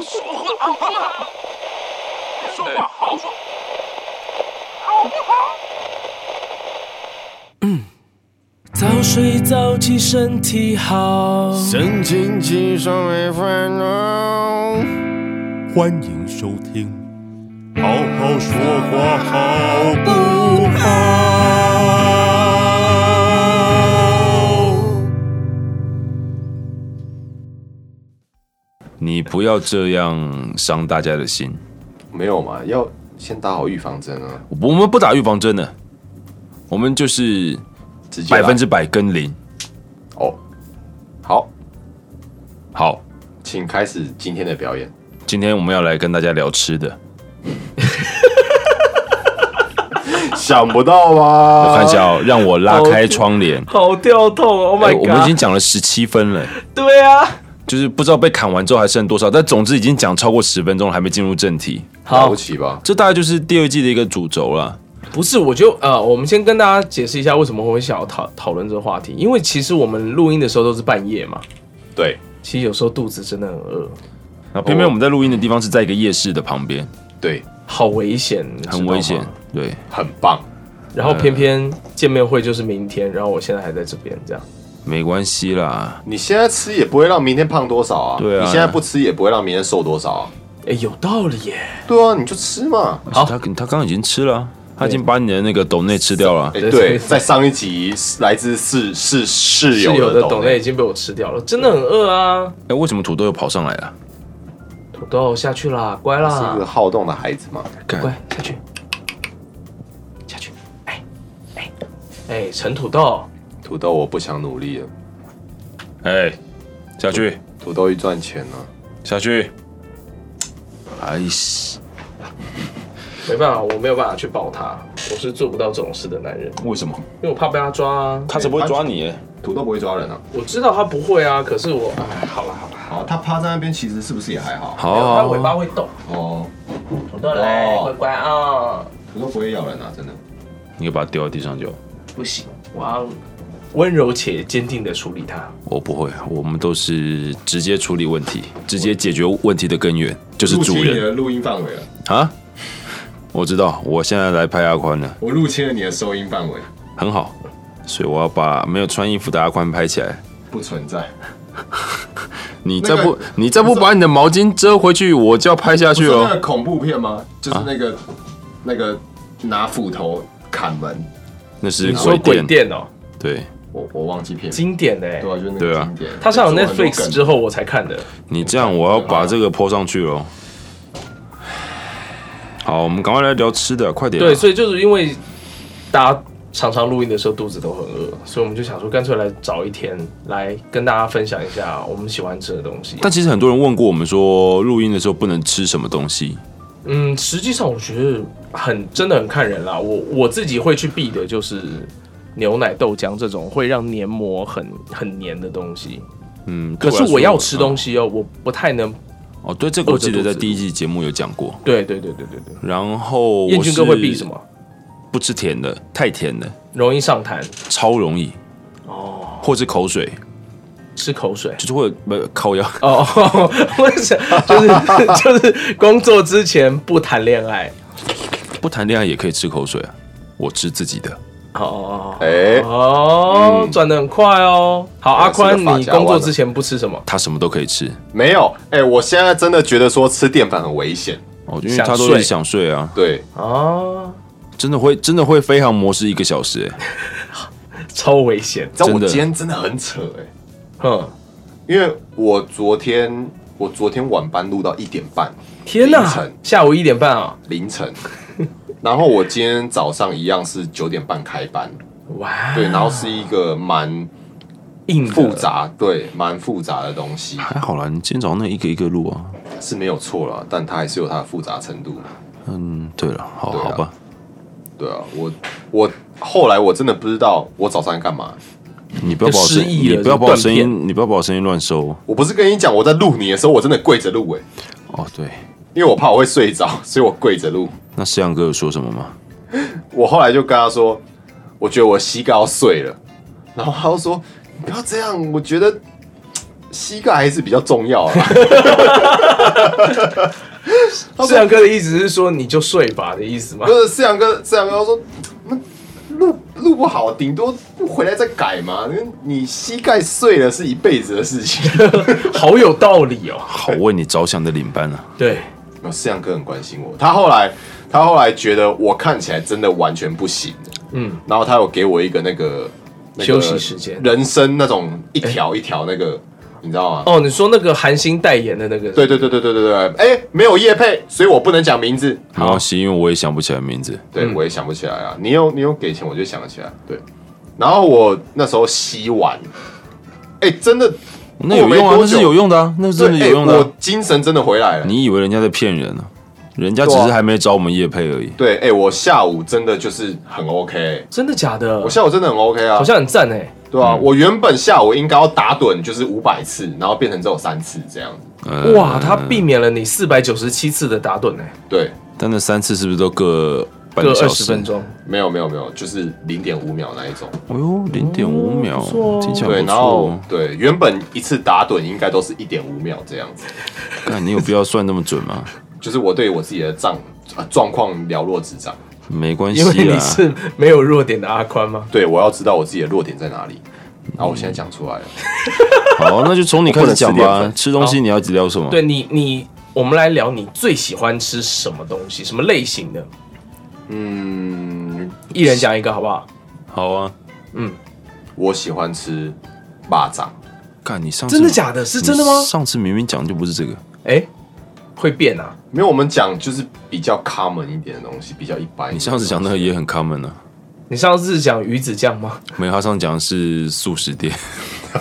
好不好？说话好说，好不好？早睡早起身体好。神清气爽没烦恼。欢迎收听，好好说话好不好？你不要这样伤大家的心。没有嘛，要先打好预防针啊，我们不打预防针的，我们就是直接百来分之百跟零。哦。好，好，请开始今天的表演。今天我们要来跟大家聊吃的。想不到吧？我看一下哦，让我拉开窗帘。好掉痛，Oh 哎 my 我 god！、们已经讲了十七分了，对啊，就是不知道被砍完之后还剩多少，但总之已经讲超过十分钟了，还没进入正题。了好不，起吧？这大概就是第二季的一个主轴了。不是，我就呃，我们先跟大家解释一下为什么我会想要讨讨论这个话题，因为其实我们录音的时候都是半夜嘛，对，其实有时候肚子真的很呃饿，那偏偏我们在录音的地方是在一个夜市的旁边，对，好危险，你知道很吗危险。对，很棒。然后偏偏见面会就是明天，然后我现在还在这边这样。没关系啦。你现在吃也不会让明天胖多少啊，对啊你现在不吃也不会让明天瘦多少啊，哎，有道理耶！对啊，你就吃嘛。好他他刚刚已经吃了啊，他已经把你的那个斗内吃掉了啊哎，。对对，对在上一集来自室室室室友友的的董懂内已经被我吃掉了，真的很饿啊！哎，为什么土豆又跑上来了？土豆下去啦，乖是个啦，好动的孩子嘛。干乖下去，下去。哎哎哎，陈土豆，土豆，我不想努力了。哎，下去土豆一赚钱啊呢、下去。哎西，没办法，我没有办法去抱他，我是做不到这种事的男人，为什么？因为我怕被他抓啊。他怎么会抓你？哎土豆不会抓人啊。我知道他不会啊，可是我，哎，好了好了，好，他趴在那边其实是不是也还好？好没有他好，尾好巴会动。哦，土豆来，哦乖乖啊！土豆不会咬人啊，真的。你把它丢到地上就。不行，我要温柔且坚定的处理他。我不会，我们都是直接处理问题，直接解决问题的根源，就是入主侵你人的录音范围了，啊。我知道，我现在来拍阿宽了，我入侵了你的收音范 围，很好，所以我要把没有穿衣服的阿宽拍起来。不存哦在。你再不那个，你再不把你的毛巾遮回去，我就要拍下不去是那哦。个恐怖片吗？就是啊那个、那个拿斧头砍门，那是你说鬼鬼，店哦，对我我忘记片名，经典的欸，对啊，就是那对个啊经典。它上有做很多 Netflix 梗之后我才看的。你这样，我要把这个泼上去喽。好，我们赶快来聊吃的，快点啊。对，所以就是因为大家常常录音的时候肚子都很饿，所以我们就想说，干脆来找一天来跟大家分享一下我们喜欢吃的东西。但其实很多人问过我们说，录音的时候不能吃什么东西。嗯，实际上我觉得很真的很看人啦。我我自己会去避的就是牛奶、豆浆这种会让黏膜很很黏的东西。嗯，可是对我来说要吃东西哦，我不太能。哦，对，这个我记得饿着在肚子第一季节目有讲过。对对对对对对。然后燕军哥会避比什？么？不吃甜的，太甜的，容易上痰，超容易。哦，或是口水，吃口水。就是会呃不口药。哦， 我想就是 就是工作之前不谈恋爱。 不谈恋爱也可以吃口水啊，我吃自己的。哦哎、哦，转的很快哦。好，阿宽，是个发你夹弯工作的之前不吃什么？他什么都可以吃没有，哎、我现在真的觉得说吃淀粉很危险。哦，因为想他都睡是想睡啊，对，哦，真的会真的会飞航模式一个小时、欸，超危险你。知道真我的今天真的很扯哎、哼，因为我昨天我昨天晚班录到一点半天凌哪晨，下午一点半啊！凌晨，然后我今天早上一样是九点半开班，哇，对，然后是一个蛮硬的复。杂，对，蛮复杂的东西还好啦。你今天早上那一个一个录啊，是没有错了，但它还是有它的复杂程度。嗯，对了，好对啊好吧，对啊，我我后来我真的不知道我早上在干嘛。你不要把我声就失忆你了不要把我声就断音，你不要把我声音乱收我不是跟你讲我在录你的时候，我真的跪着录哎，哦。对，因为我怕我会睡着，所以我跪着录。那思阳哥有说什么 吗？我后来就跟他说，我觉得我膝盖要碎了，然后他就说你不要这样，我觉得膝盖还是比较重要啊。志阳哥的意思是说你就睡吧的意思吗不？是四阳哥，四阳哥说，那录录不好，顶多回来再改嘛。因为你膝盖碎了是一辈子的事情。 好有道理哦。好为你着想的领班啊！对，然后四阳哥很关心我，他后来他后来觉得我看起来真的完全不行，嗯，然后他有给我一个那个、那个休息时间人生那种一条一条那个，你知道吗？哦，你说那个韩星代言的那个，对对对对对对对，哎，没有叶配，所以我不能讲名字。没关系，因为我也想不起来名字。对、嗯我也想不起来啊。你有你有给钱，我就想得起来。对，然后我那时候洗碗，哎、真的那有用啊，那是有用，用的啊，那是对真的有哎用的啊、我精神真的回来了。你以为人家在骗人啊？人家只对啊是还没找我们叶配而已。对，哎、我下午真的就是很 OK，、真的假的？我下午真的很 OK 啊，好像很赞哎。对嗯啊，我原本下午应该要打盹就是五百次，然后变成只有三次这样子。呃哇，他避免了你四百九十七次的打盹哎，对，但那三次是不是都各半各个小二十时？分。钟。没有没有没有，就是零点五秒那一种。哎呦，零点五秒不错哦，听起来对，不然错后哦。对，原本一次打盹应该都是一点五秒这样子。看你有必要算那么准吗？就是我对我自己的状呃状况了若指掌。没关系因为你啊，是没有弱点的阿宽吗？对，我要知道我自己的弱点在哪里。然后我现在讲出来了，好，那就从你开始讲我不能吃淀吧。粉吃东西你要聊什么？对你，你我们来聊你最喜欢吃什么东西，什么类型的？嗯，一人讲一个好不好？好啊。我喜欢吃蚂蚱，看你上次真的假的？是真的吗你？上次明明讲就不是这个，嗯哎、会变啊！没有我们讲就是比较 common 一点的东西，比较一般一点的东西。你上次讲那个也很 common 啊。你上次讲鱼子酱吗？ 没有，他上次讲的是素食店，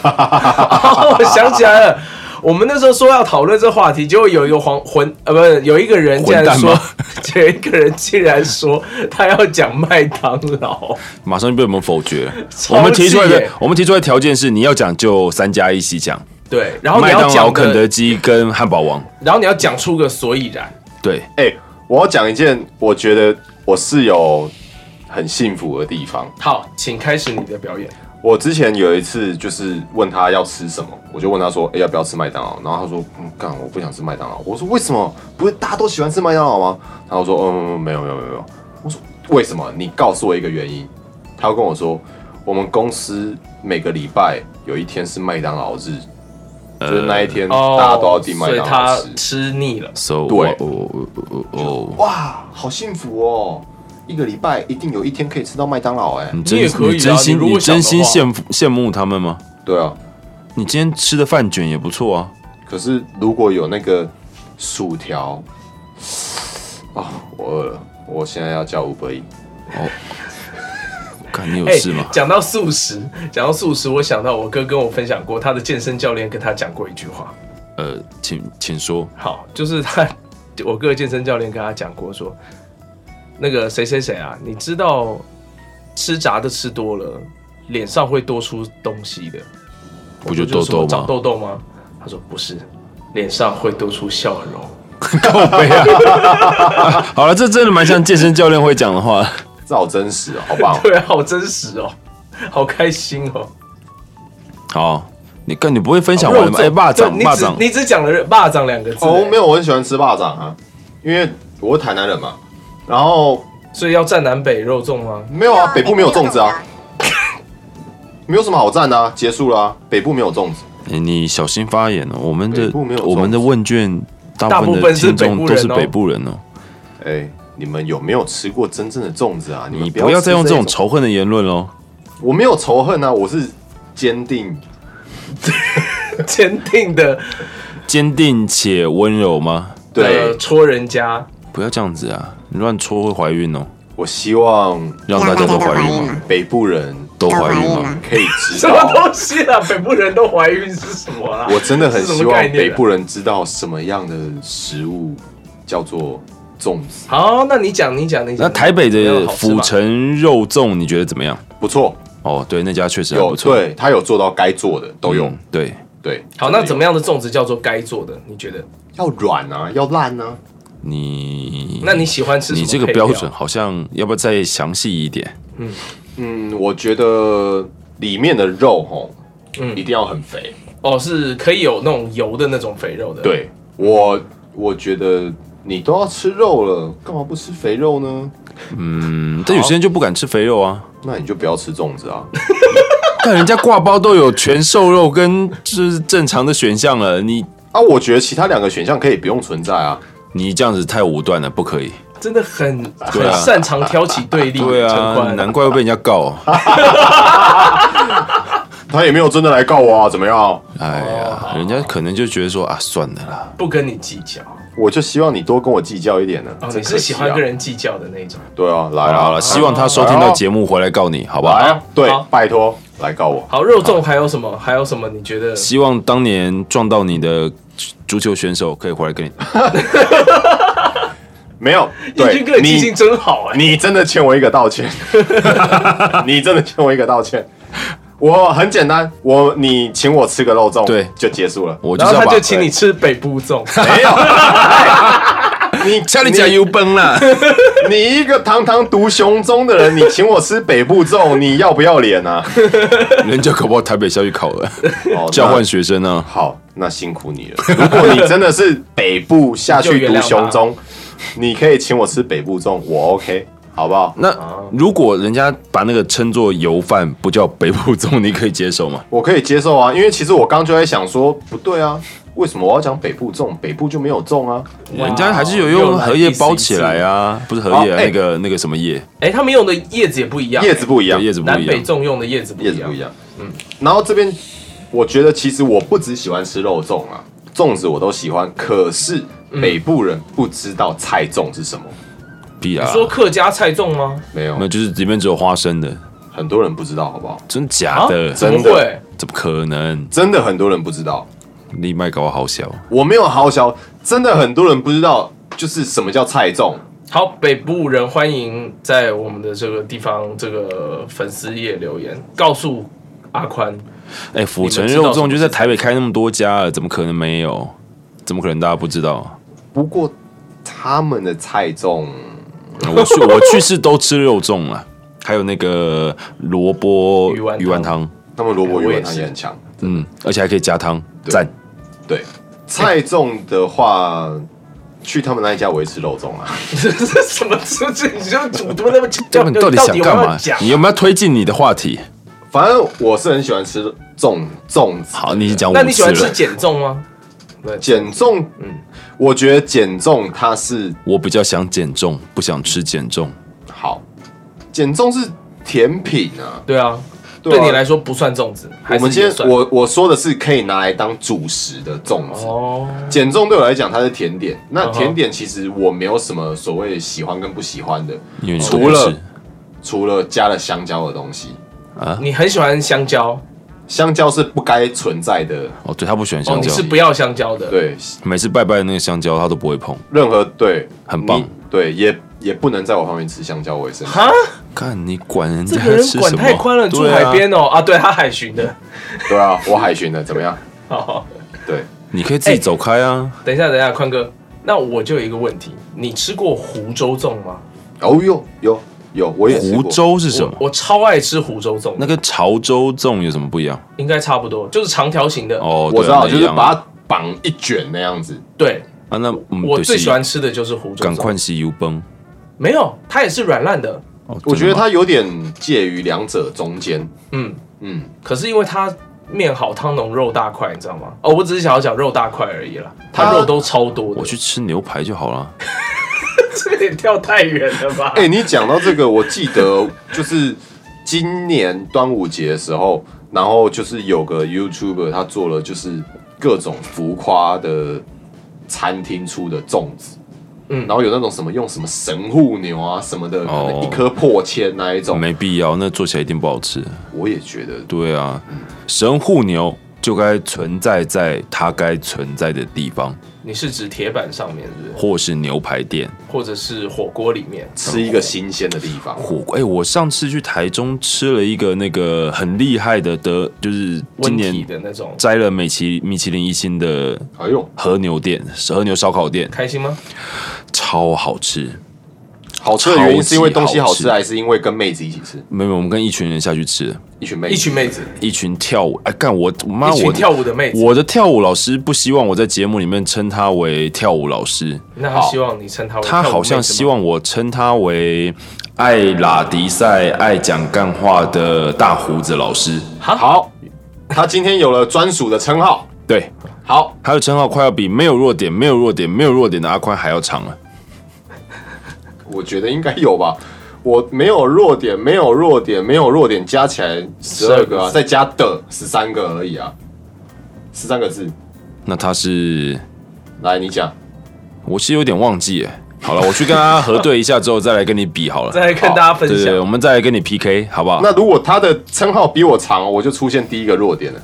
哦，我想起来了，我们那时候说要讨论这话题，结果有一个黄混呃，不是有一个人竟混然蛋吗说， 有一个人竟然说他要讲麦当劳，马上就被我们否决了。超我们提出来气的耶，我们提出来的条件是你要讲就三加一起讲，对，然后你麦要当劳、讲肯德的，基跟汉堡王。然后你要讲出个所以然。对，哎、我要讲一件我觉得我是有很幸福的地方。好，请开始你的表演。我之前有一次就是问他要吃什么，我就问他说：“哎、要不要吃麦当劳？”然后他说：“嗯，干，我不想吃麦当劳。”我说：“为什么？不是大家都喜欢吃麦当劳吗？”然后我说：“嗯，没有，没有，没有。没有”我说：“为什么？你告诉我一个原因。”他跟我说：“我们公司每个礼拜有一天是麦当劳日，就是那一天大家都要订麦呃哦所当劳以他吃。吃腻了。 ，so 对哦哦哦哦，哇，好幸福哦！一个礼拜一定有一天可以吃到麦当劳、哎，你你也真可以啊你真心你如果真想的心话羡羡慕他们吗？对啊。你今天吃的饭卷也不错啊，可是如果有那个薯条，哦，我饿了，我现在要叫五百亿。看你有哎事吗？讲到素食，讲到素食，我想到我哥跟我分享过，他的健身教练跟他讲过一句话，呃，请请说，好，就是他，我哥的健身教练跟他讲过说，那个谁谁谁啊，你知道吃炸的吃多了，脸上会多出东西的，不就我哥痘说痘长 吗？痘痘吗？他说不是，脸上会多出笑容。 好了，这真的蛮像健身教练会讲的话。这好真实哦，好棒 哦！对啊，好真实哦，好开心哦。好，你干你不会分享完吗？哎，霸掌对霸掌你只你只讲了“霸掌”两个字，哦，没有，有，我很喜欢吃霸掌啊，因为我是台南人嘛。然后欸所以要占南北肉粽吗？ 没有啊，北部没有粽子啊， 没有什么好赞的啊，结束了啊，北部没有粽子。哎你小心发言哦。我们的北部没有粽子我们的问卷大大部部分的分是听众北部都人是哦北部人哦。哎，你们有没有吃过真正的粽子啊？你你们不要吃再用这这种，仇恨的言论喽。我没有仇恨啊，我是坚定。坚定的坚定且温柔吗？对 呃，戳人家，不要这样子啊！你乱戳会怀孕哦，我希望让大家都怀孕让大家都怀孕吗？吗北部人都怀都怀孕孕吗吗？可以知什么 道。东西啊？北部人都怀孕是什么 啦？我真的很是什么希望概念啊北部人知道什么样的食物叫做粽子，好，那你讲，你讲，你讲。那台北没有的好吃府吧城肉粽你觉得怎么样？不错，哦，对，那家确实还有不错，对他有做到该做的都有，嗯对，对。好，那怎么样？样的粽子叫做该做的？你觉得？要软啊，要烂啊，你那你喜欢吃什么你配这料？个标准好像要不要再详细一点？嗯，我觉得里面的肉吼，嗯一定要很肥，哦，是可以有那种油的那种肥肉的。，对我，我觉得你都要吃肉了，干嘛不吃肥肉呢？嗯，但有些人就不敢吃肥肉啊。那你就不要吃粽子啊！但人家挂包都有全瘦肉跟就是正常的选项了，你啊，我觉得其他两个选项可以不用存在啊。你这样子太武断了，不可以。真的很对很啊擅长挑起对 立。对陈啊，冠难怪会被人家 告。他也没有真的来告我啊，怎么样？哎呀，人家可能就觉得说啊，算了啦。不跟你计较。我就希望你多跟我计较一点呢。哦，真你可惜啊是喜欢跟人计较的那种。对啊，来好了啊，好了，希望他收听到节目回来告你，好来吧啊？，对好，拜托来告啊我。好，肉粽还有什么？还有什么？你觉得？希望当年撞到你的足球选手可以回来跟 你。没 有，彦对君哥的记你性真好哎、 你真的欠我一个道歉， 你真的欠我一个道歉。我很简单，我你请我吃个肉粽，对就结束了。我就然是后要他把就请你吃北部粽，没有， 你家里加油崩啦。你一个堂堂独雄中的人，你请我吃北部粽，你要不要脸啊？ 人家搞不好台北校去考 了，哦交换那学生啊，好，那辛苦你了。 如果你真的是北部下去读雄中，你可以请我吃北部粽，我 OK，好不好？那如果人家把那个称作油饭，不叫北部粽，你可以接受吗？我可以接受啊，因为其实我刚就在想说，不对啊，为什么我要讲北部粽？北部就没有粽啊？哇人家还是有用荷叶包起来。啊，不是荷叶、哦啊哎那个那个什么叶， 哎、他们用的叶子也不一样、叶子不一样，对叶子不南一北样。粽用的叶子不一叶样，子不一样。嗯，然后这边我觉得其实我不只喜欢吃肉粽啊，粽子我都喜欢，可是北部人不知道菜粽是什么，屁啊你！说客家菜粽吗？没有没有，，就是里面只有花生的，很多人不知道，好不好？啊真假的？啊怎么真的会？怎么可能？真的很多人不知道，你麦搞好小，我没有好小，真的很多人不知道，就是什么叫菜粽。好，北部人欢迎在我们的这个地方这个粉丝页留言，告诉阿宽，哎、府城肉粽就在台北开那么多家了，怎么可能没有？怎么可能大家不知道？不过他们的菜粽，我去 我去是都吃肉粽了，还有那个萝卜鱼丸汤鱼丸汤，他们萝卜哎我也鱼丸汤是也很强。嗯，而且还可以加汤，对赞。对，菜粽的话，去他们那一家我会吃肉粽啊。这是什么出去？你就主动那么这你呃到底想干嘛？你有有没有推进你的话题？反正我是很喜欢吃粽粽子。好，你已经讲五那你喜次欢吃了，减重吗？减重，我觉得减重它是我比较想减重，不想吃减重。好，减重是甜品啊。对啊，对啊对你来说不算粽子，还我是们今也天算我我说的是可以拿来当主食的粽子。哦，减重对我来讲，它是甜点。那嗯哼甜点其实我没有什么所谓喜欢跟不喜欢的，因为哦你除了不吃除了加了香蕉的东西，你很喜欢香蕉香蕉是不该存在的。哦，对他不喜欢哦，香你蕉，是不要香蕉的，，对，每次拜拜的那个香蕉他都不会碰。任何对，很棒你对，也也不能在我旁边吃香蕉卫生。哈，看你管人这家个人吃什么？管太宽了，住对啊海边哦，啊，对他海巡的，对啊，我海巡的怎么样？好。对，你可以自己哎走开啊。等一下，等一下，宽哥，那我就有一个问题，你吃过湖州粽吗？哦哟，有有，我也吃湖过州是什么？我我超爱吃湖州粽，那跟潮州粽有什么不一样？应该差不多，就是长条形的。哦，我知道，对啊就是那一样把它绑一卷那样子。对，啊，那我最喜欢吃的就是湖州赶粽。快洗油崩。没有，它也是软烂的，哦我觉真得的吗它有点介于两者中间。嗯，嗯，可是因为它面好汤浓肉大块，你知道吗？哦，我只是想要讲肉大块而已啦，它它肉都超多的。我去，吃牛排就好了。 这有点跳太远了 吧？哎、你讲到这个，我记得就是今年端午节的时候，然后就是有个 YouTuber 他做了就是各种浮夸的餐厅出的粽子。嗯嗯，然后有那种什么用什么神户牛啊什么的，可能哦一颗破千那一种，没必要，那做起来一定不好吃。我也觉得对啊，神户牛就该存在在它该存在的地方，你是指铁板上面是不是？或是牛排店、或者是火锅里面？吃一个新鲜的地方。火锅。哎、我上次去台中吃了一个那个很厉害的的，就是今温体年的那种，摘了美其米其林一星的哎呦，和牛店，和牛烧烤店，开心吗？超好吃。好吃的原因是因为东西好超级吃，好还是因为跟妹子一起吃？没有，我们跟一群人下去吃，一群妹，一群妹子，一群跳舞，哎，干我妈一群我跳舞的妹子，我的跳舞老师不希望我在节目里面称她为跳舞老师，那他希望你称他为她跳舞好像妹子吗希望我称她为爱拉迪赛、爱讲干话的大胡子老师。好，他今天有了专属的称号。对，好，他的称号快要比没有弱点、没有弱点、没有弱点的阿宽还要长了。我觉得应该有吧。我没有弱点，没有弱点，没有弱点，加起来十二个啊，再加的十三个而已啊，十三个字。那他是，来，你讲，我其实有点忘记耶。好了，我去跟他核对一下之后再来跟你比好了。再来跟大家分对对对，我享，们再来跟你 PK 好不好？那如果他的称号比我长，我就出现第一个弱点了，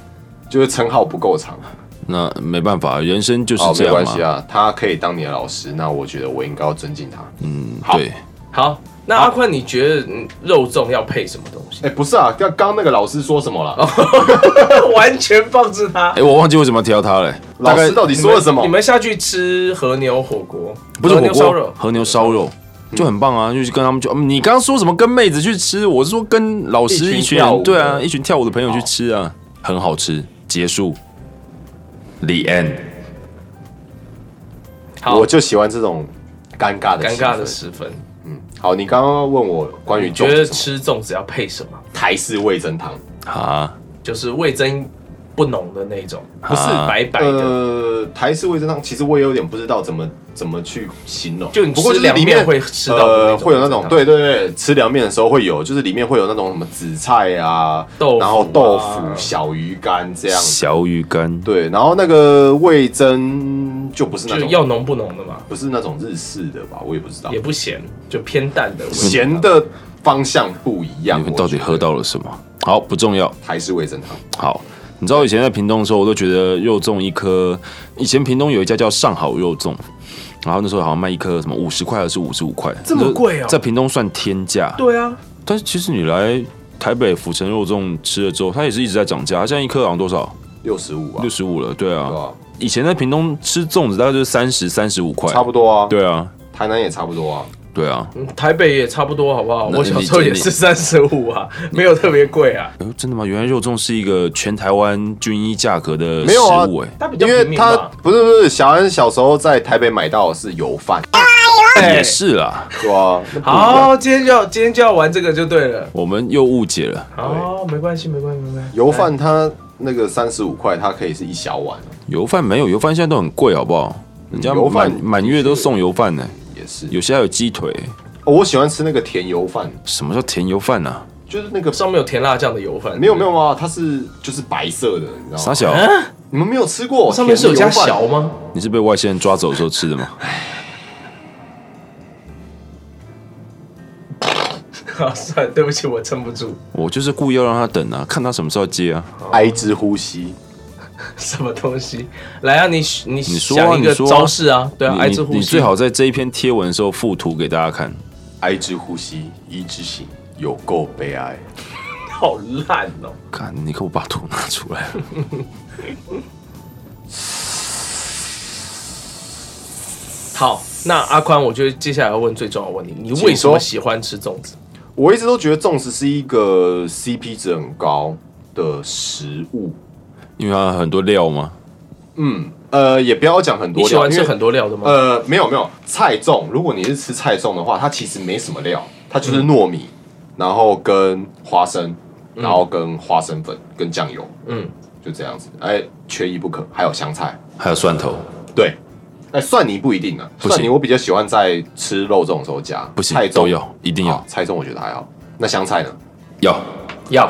就是称号不够长。那没办法，人生就是哦，这没样关嘛。系啊，他可以当你的老师，那我觉得我应该要尊敬他。嗯，好对，好。那阿宽，你觉得嗯肉粽要配什么东西？哎、不是啊，刚刚那个老师说什么了？ 完全放置他哎、。我忘记为什么要挑他了、大老概师到底 说了什么你？们下去吃和牛火锅，不是和火牛烧肉锅，，和牛烧肉就很棒啊！就是跟他们去，嗯你刚刚说什么跟妹子去吃？我是说跟老一师群一群跳舞人，的对啊，一群跳舞的朋友去吃啊，很好吃。结束，The end。好我就喜欢这种尴尬的尴气尬的氛十分。好，你刚刚问我关于你觉粽得子什么吃粽子要配什么？台式味噌汤，啊，就是味增不浓的那种，不是啊白白的，呃，台式味噌汤其实我也有点不知道怎么怎么去形容，就你不过吃就是里凉面面会吃到的那呃种会有那种味噌汤对对对，吃凉面的时候会有，就是里面会有那种什么紫菜啊，豆腐啊然后豆腐、小鱼干这样子，小鱼干，对，然后那个味噌就不是那就种要浓不浓的嘛，不是那种日式的吧，我也不知道也，不咸，就偏淡的味噌咸的方向不一样你，们我到底觉喝得到了什么？好，不重要。台式味噌汤，好，你知道以前在屏东的时候，我都觉得肉粽一颗，以前屏东有一家叫上好肉粽，然后那时候好像卖一颗什么五十块还是五十五块，这么贵哦在屏东算天价。对啊，但是其实你来台北府城肉粽吃了之后，它也是一直在涨价，它现在一颗好像多少？六十五啊六，十五了，对啊。对吧？以前在屏东吃粽子大概就是三十、三十五块，差不多啊，对啊，台南也差不多啊，对啊。嗯台北也差不多，好不好？那我小时候也是三十五啊，没有特别贵啊，哎呦，真的吗？原来肉粽是一个全台湾均一价格的没食有啊物、哎、它比较因为平民他吧。不是不是，小安小时候在台北买到的是油 饭，哎也是啦，对啊，那不一样，好，今天就要今天就要玩这个就对了。我们又误解了。哦，没关系，没关系，没关系。油饭它那个三十五块，它可以是一小碗，油饭没有，油饭现在都很贵，好不好？人家油饭满满月都送油饭呢、也是。有些还有鸡腿、哦我喜欢吃那个甜油饭，什么叫甜油饭啊？就是那个上面有甜辣酱的油饭，没有没有啊，它是就是白色的，你知道傻吗？小，啊你们没有吃过？上面是有加甜油小饭 吗？你是被外星人抓走的时候吃的吗？好，啊算了，对不起，我撑不住。 我就是故意要让他等啊，看他什么时候接啊。哀之呼吸，什么东西？来啊，你你你说想啊，一你个说招式啊，对啊，你爱之呼你你吸。最好在这一篇贴文的时候附图给大家看。哀之呼吸，一之醒，有够悲哀。 好烂哦。看，你给我把图拿出来。 好，那阿宽，我就接下来要问最重要的问题，你为什么喜欢吃粽子？我一直都觉得粽子是一个 CP 值很高的食物，因为它很多料嘛，嗯，呃，也不要讲很多料，你喜欢吃因为很多料的吗？呃，没有没有菜粽，如果你是吃菜粽的话，它其实没什么料，它就是糯米，嗯然后跟花生，然后跟花生粉跟酱油，嗯，就这样子，哎，缺一不可。还有香菜，还有蒜头。对，哎，蒜泥不一定啊，不行蒜泥我比较喜欢在吃肉粽的时候加，不行菜粽都要一定要好菜粽我觉得还好，那香菜呢？要，要，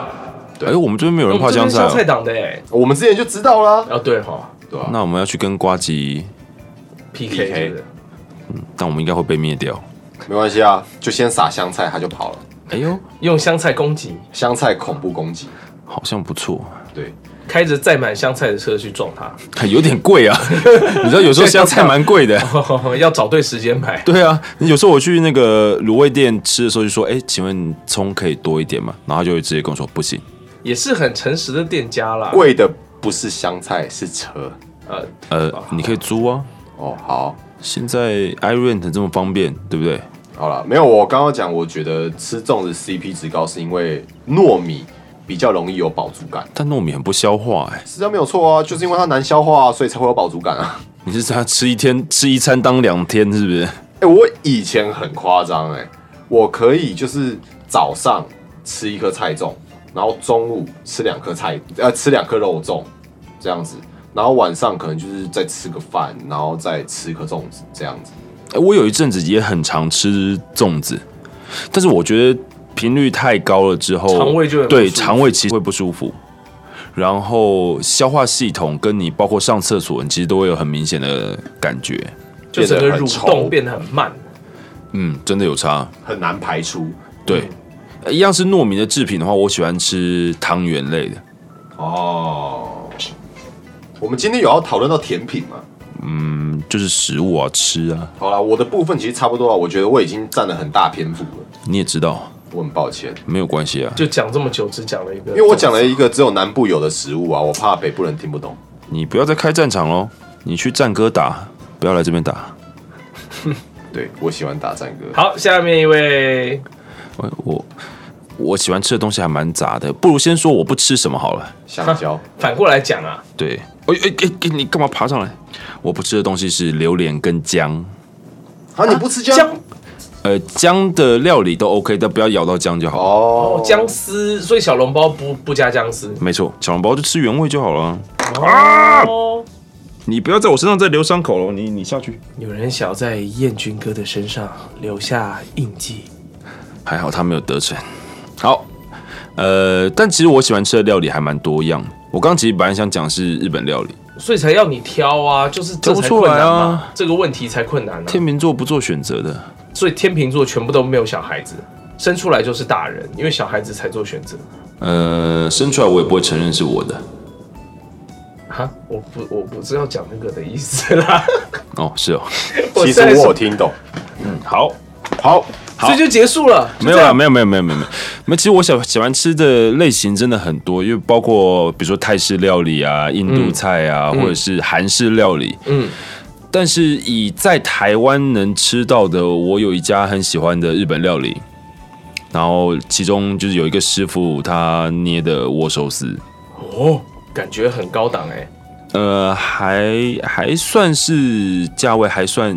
对哎、我们这边没有人我泡们这香边菜、香菜哦。党的哎，我们之前就知道啦，哦对哈对吧、那我们要去跟瓜吉， ，PK 是不是但我们应该会被灭掉。没关系啊，就先撒香菜，它就跑了。哎呦，用香菜攻击，香菜恐怖攻击，好像不错，对，开着载满香菜的车去撞它， 有点贵啊。你知道有时候香菜蛮贵的。要找对时间买。对啊，有时候我去那个卤味店吃的时候就说：“哎、请问葱可以多一点吗？”然后他就会直接跟我说：“不行。也是很诚实的店家啦。贵的不是香菜，是车。呃，”呃，你可以租啊。哦，好。现在 iRent 这么方便，对不对？好了，没有，我刚刚讲，我觉得吃粽子 CP 值高，是因为糯米比较容易有饱足感，但糯米很不消化哎、是这样没有错啊，就是因为它难消化、啊所以才会有饱足感啊。 你是他吃一天吃一餐当两天是不是？哎、我以前很夸张哎，我可以就是早上吃一颗菜粽，然后中午吃两颗菜，呃，吃两颗肉粽这样子，然后晚上可能就是再吃个饭，然后再吃一颗粽子这样子。哎我有一阵子也很常吃粽子，但是我觉得频率太高了之后，肠胃就很不对舒服肠胃其实会不舒服，然后消化系统跟你包括上厕所，你其实都会有很明显的感觉。就整个变得很蠕动稠变得很慢。嗯，真的有差。很难排出对，嗯呃一样是糯米的制品的话，我喜欢吃汤圆类的。哦。我们今天有要讨论到甜品吗？嗯，就是食物啊，吃啊，好啦，我的部分其实差不多啊了，我觉得我已经占了很大篇幅了，你也知道，我很抱歉，没有关系啊。就讲这么久，只讲了一个，因因为我讲了一个只有南部有的食物啊，我怕北部人听不懂。你不要再开战场喽，你去战歌打，不要来这边打。对我喜欢打战歌，好，下面一位我呃我我喜欢吃的东西还蛮杂的，不如先说我不吃什么好了。香蕉。反过来讲啊，对，哎哎哎，你干嘛爬上来？我不吃的东西是榴莲跟姜，啊，你不吃姜？姜呃，姜的料理都 OK，但不要咬到姜就好。哦，姜丝，所以小笼包不不加姜丝没错，小笼包就吃原味就好了。哦。你不要在我身上再留伤口了，你你下去。有人想要在燕军哥的身上留下印记，还好他没有得逞。好，呃，但其实我喜欢吃的料理还蛮多样。我刚刚其实本来想讲是日本料理，所以才要你挑啊，就是这挑不才出困来难啊嘛，这个问题才困难啊。天秤座不做选择的，所以天秤座全部都没有小孩子，生出来就是大人，因为小孩子才做选择。呃，生出来我也不会承认是我的。哈，我不我不是要讲那个的意思啦。哦，是哦， 其实现在我是有听懂。好，好，所以就结束了，就没有这啦，样没有，没有，没有，没有，没有。那其实我喜喜欢吃的类型真的很多，因为包括比如说泰式料理啊、印度菜啊，或者是韩式料理。嗯，但是以在台湾能吃到的，我有一家很喜欢的日本料理，然后其中就是有一个师傅他捏的握寿司，哦，感觉很高档哎、呃，还还算是价位还算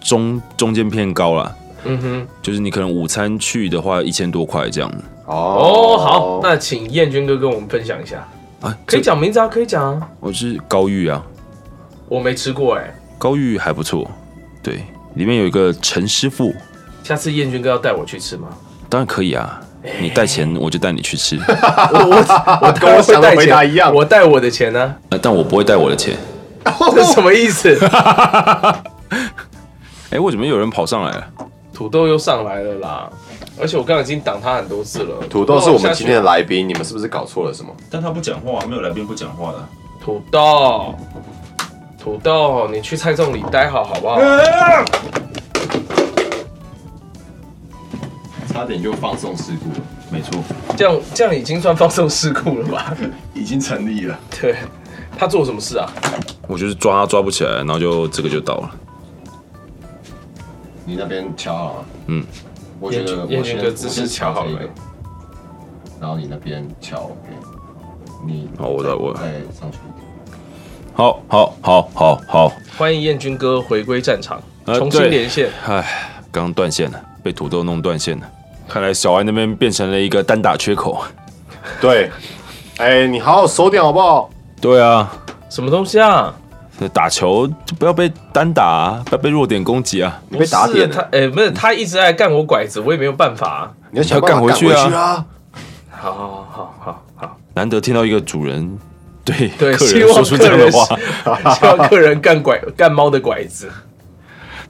中中间偏高啦，嗯哼，就是你可能午餐去的话一千多块这样哦哦，好，那请燕军哥跟我们分享一下，啊，可以这讲名字啊，可以讲啊，我是高玉啊，我没吃过哎、高玉还不错，对，里面有一个陈师傅，下次燕军哥要带我去吃吗？当然可以啊，你带钱我就带你去吃，我我 我跟我想的带回钱答一样我带我的钱 呢、呃但我不会带我的钱。这什么意思？哎，为什么有人跑上来了？ 土豆又上来了啦，而且我刚刚已经挡他很多次了。土豆是我们今天的来来宾，你们是不是搞错了什么？但他不讲话，没有来宾不讲话的。土豆，土豆，你去菜种里待好好不 好？差点就放送事故了，没错，这样这样已经算放送事故了吧？已经成立了。 对，他做什么事啊？我就是抓他抓不起来，然后就这个就倒了。你那边敲好了，嗯，我燕觉得君我燕君先哥我姿先势敲好这了个，然后你那边敲 OK，你好我再我再上去一点。好，好，好，好，好。欢迎燕军哥回归战场，呃重新对连线。唉，刚断线了，被土豆弄断线了。看来小安那边变成了一个单打缺口。 对，哎，你好好收点好不好？对啊，什么东西啊？打球就不要被单打、啊，不要被弱点攻击啊。你被打点不是他了，哎、不嗯是他一直在干我拐子，我也没有办法、啊。你要想办你要法赶回赶去回啊去啊！好好好好好，难得听到一个主 人对对，客希人望说出这客样人的话。 希望客人干拐干猫的拐子。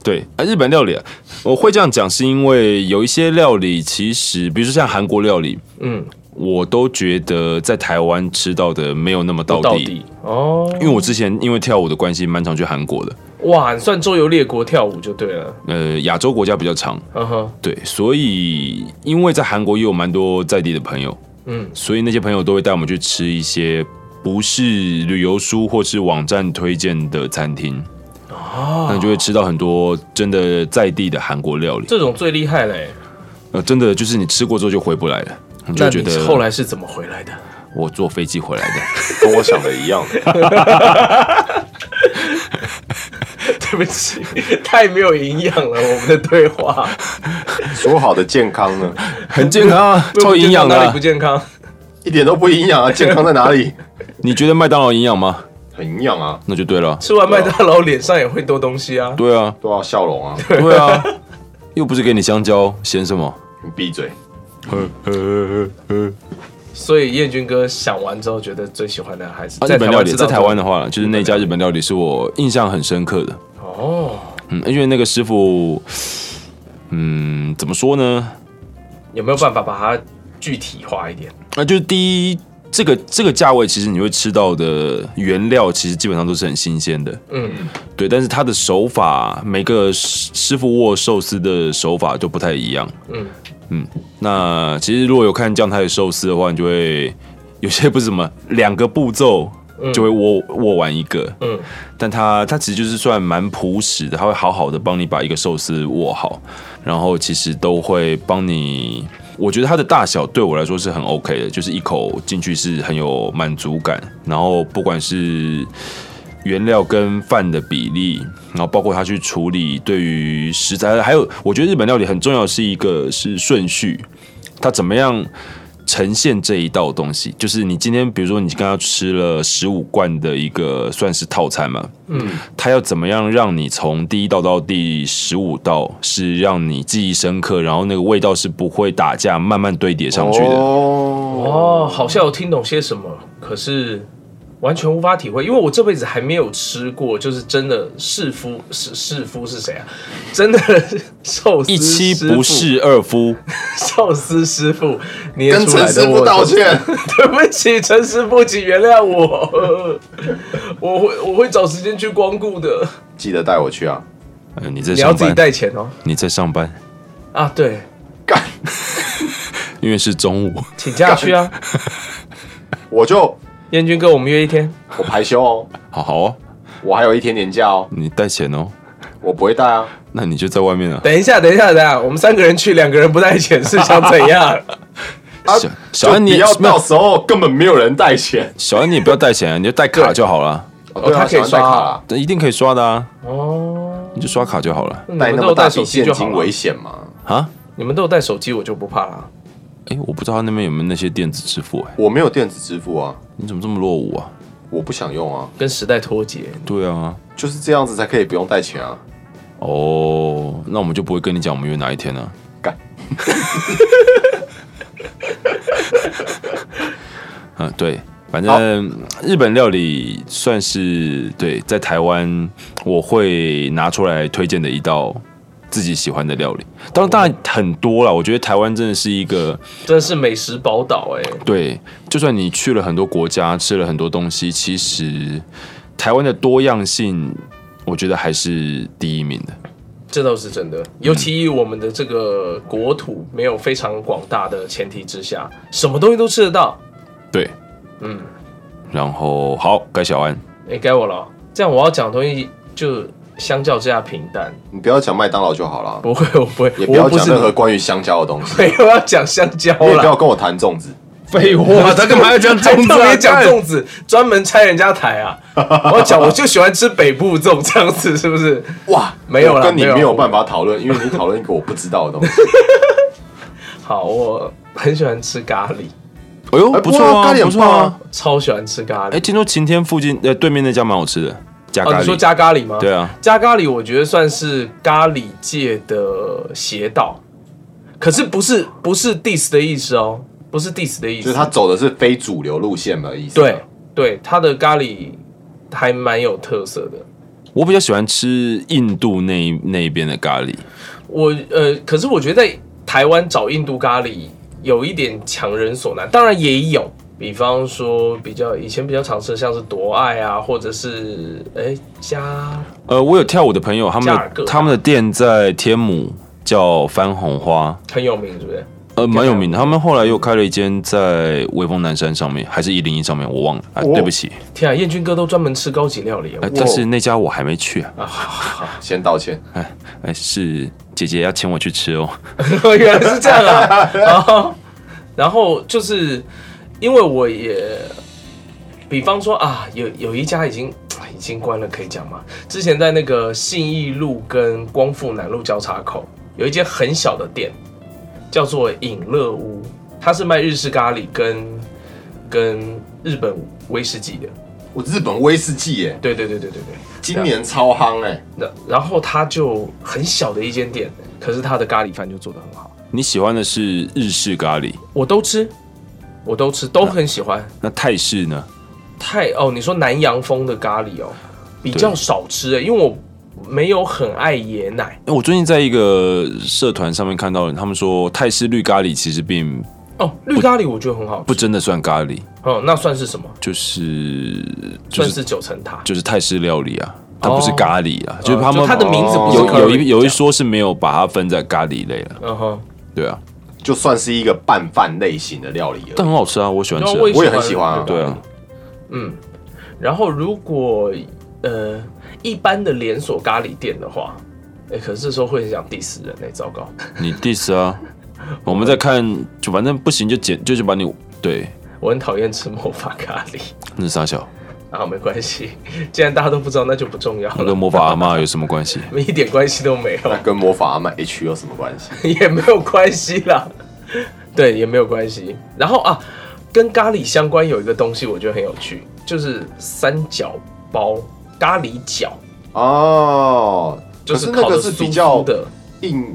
对，啊，日本料理、啊，我会这样讲是因为有一些料理，其实比如说像韩国料理，嗯，我都觉得在台湾吃到的没有那么到到底。底哦，因为我之前因为跳舞的关系，蛮常去韩国的，哇，你算周游列国跳舞就对了。呃，亚洲国家比较长，嗯哼，对，所以因为在韩国也有蛮多在地的朋友，嗯，所以那些朋友都会带我们去吃一些不是旅游书或是网站推荐的餐厅，哦那你就会吃到很多真的在地的韩国料理。这种最厉害嘞、呃，真的就是你吃过之后就回不来了，你那就觉你得后来是怎么回来的？ 我坐飞机回来的， 跟我想的一样。对不起，太没有营养了，我们的对话。 说好的健康呢？很健康 啊， 超营养的哪里啊不。健康？一点都不营 养啊！健康在哪里？你觉得麦当劳营养吗？很营养啊！那就对了。吃完麦当劳脸上也会多东西啊。对啊，都要笑容啊！对 啊，又不是给你香蕉，嫌什么？你闭嘴。所以彦军哥想完之后，觉得最喜欢的还是啊日本料理，在台湾的的话，就是那家日本料理是我印象很深刻的。哦。嗯，因为那个师傅，嗯，怎么说呢？有没有办法把它具体化一点？那、就是第一，这个这个价位，其实你会吃到的原料，其实基本上都是很新鲜的。嗯，对，但是他的手法，每个师师傅握寿司的手法都不太一样。嗯嗯嗯，那其实如果有看酱太的寿司的话，你就会有些不是什么两个步骤就会握、握完一个。嗯嗯，但它它其实就是算蛮朴实的，它会好好的帮你把一个寿司握好，然后其实都会帮你。我觉得它的大小对我来说是很 OK 的，就是一口进去是很有满足感，然后不管是原料跟饭的比例，然后包括他去处理对于食材，还有我觉得日本料理很重要的是一个是顺序，它怎么样呈现这一道东西。就是你今天比如说你刚刚吃了十五罐的一个算是套餐嘛，嗯，它要怎么样让你从第一道到第十五道是让你记忆深刻，然后那个味道是不会打架，慢慢堆叠上去的。哦，哦，好像有听懂些什么，可是完全无法体会，因为我这辈子还没有吃过，就是真的士夫士士夫是谁啊？真的寿司一妻师傅不侍二夫，寿司师傅捏跟出陈来师的我傅道歉。对不起，陈师傅，请原谅 我，我会我会找时间去光顾的。 记得带我去啊！呃，你在你要上自己班，带钱哦。你在上班，啊，对，干，因为是中午。请假去 啊。我就燕军哥，我们约一天。我排休哦，好好哦，我还有一天年假哦，你带钱哦，我不会带啊。那你就在外面啊。等一下，等一下，等一下，我们三个人去，两个人不带钱是想怎样？啊小小安你就也不要没有到时候根本没有人带钱，小安你也不要带钱啊，你就带卡就好了，哦对啊他可小安以带刷卡啊啦，这一定可以刷的啊，哦，你就刷卡就好了你带们那都么有大带笔手机现就好金了危。险嘛？啊。你们都有带手机，我就不怕了。哎，我不知道他那边有没有那些电子支付，哎，我没有电子支付啊，你怎么这么落伍啊？我不想用啊，跟时代脱节，对啊，就是这样子才可以不用带钱啊。哦，那我们就不会跟你讲我们约哪一天了。干， 嗯，对，反正日本料理算是对在台湾我会拿出来推荐的一道自己喜欢的料理。当然，当然很多啦，我觉得台湾真的是一个真的是美食宝岛哎。对，就算你去了很多国家，吃了很多东西，其实台湾的多样性，我觉得还是第一名的。这倒是真的，尤其以我们的这个国土没有非常广大的前提之下，什么东西都吃得到。对，嗯，然后好，该小安，哎，该我了哦。这样我要讲的东西就相较之下平淡，你不要讲麦当劳就好了，啊不会，我不会，也不我又要不讲是任何关于香蕉的东 西，没有要讲香蕉你也不要啦。跟我谈粽子。 废话，他干嘛要讲还特别讲粽子，专门拆人家 台啊！我要讲，我就喜欢吃北部粽，这样子是不是？哇，没有啦我跟你没有没有办法讨论，因为你讨论一个我不知道的 东西。好，我很喜欢吃咖喱，哎呦，哎不错哇咖啊，喱不很错棒啊啊。超喜欢吃咖哎，喱。听说晴天附近呃对面那家蛮好吃的，哎加哦，咖你说喱。加咖喱吗？对啊，加咖喱，我觉得算是咖喱界的邪道，可是不是不是 diss 的意思哦，不是 diss 的意就是思。他走的是非主流路线的意思。啊对，对，它的咖喱还蛮有特色的。我比较喜欢吃印度那一那一边的咖喱，我呃，可是我觉得在台湾找印度咖喱有一点强人所难，当然也有，比方说比较以前比较常吃的像是夺爱啊，或者是哎加呃，我有跳舞的朋友，他们加尔各的答他们的店在天母，叫番红花。很有名，是不是？呃，蛮有名的。他们后来又开了一间在威风南山上面，还是一零一上面，我忘了。啊，哦对不起，天啊，燕军哥都专门吃高级料理啊哎，但是那家我还没去啊。先道歉，哎哎，是姐姐要请我去吃哦。 我原来是这样啊。然后，然后就是因为我也，比方说啊，有有一家已经哎已经关了，可以讲吗？之前在那个信义路跟光复南路交叉口有一间很小的店，叫做饮乐屋，它是卖日式咖喱跟跟日本威士忌的。我日本威士忌耶，对对对对对对。今年超夯哎，那然后它就很小的一间店，可是它的咖喱饭就做得很好。你喜欢的是日式咖喱，我都吃，我都吃，都很喜欢。那泰式呢？太哦，你说南洋风的咖喱哦，比较少吃欸诶、因为我没有很爱椰奶哎我最近在一个社团上面看到，他们说泰式绿咖喱其实并哦。绿咖喱我觉得很好不吃，真的算咖喱，哦，那算是什么？就是就算是是九层塔。哦就是泰式料理啊，它不是咖喱啊，就是他就们它的名字不是有 curry，有一有这一样，说是没有把它分在咖喱类了，嗯哼，对啊，就算是一个拌饭类型的料理了但很好吃啊，我喜欢吃然啊、后我我也很喜欢啊对啊，嗯，然后如果呃一般的连锁咖喱店的话，哎、可是这时候会很想 diss 人哎、糟糕。 你 diss 啊，我们再看，就反正不行就剪，就是把你对，我很讨厌吃魔法咖喱那是傻小，啊，没关系，既然大家都不知道，那就不重要那跟了，魔法阿啊妈有什么关系？一点关系都没有 那，跟魔法阿曼 H 有什么关系？也没有关系啦， 对，也没有关系。然后啊，跟咖喱相关有一个东西，我觉得很有趣，就是三角包咖喱角，哦，就可是那烤个的是酥比酥较的，硬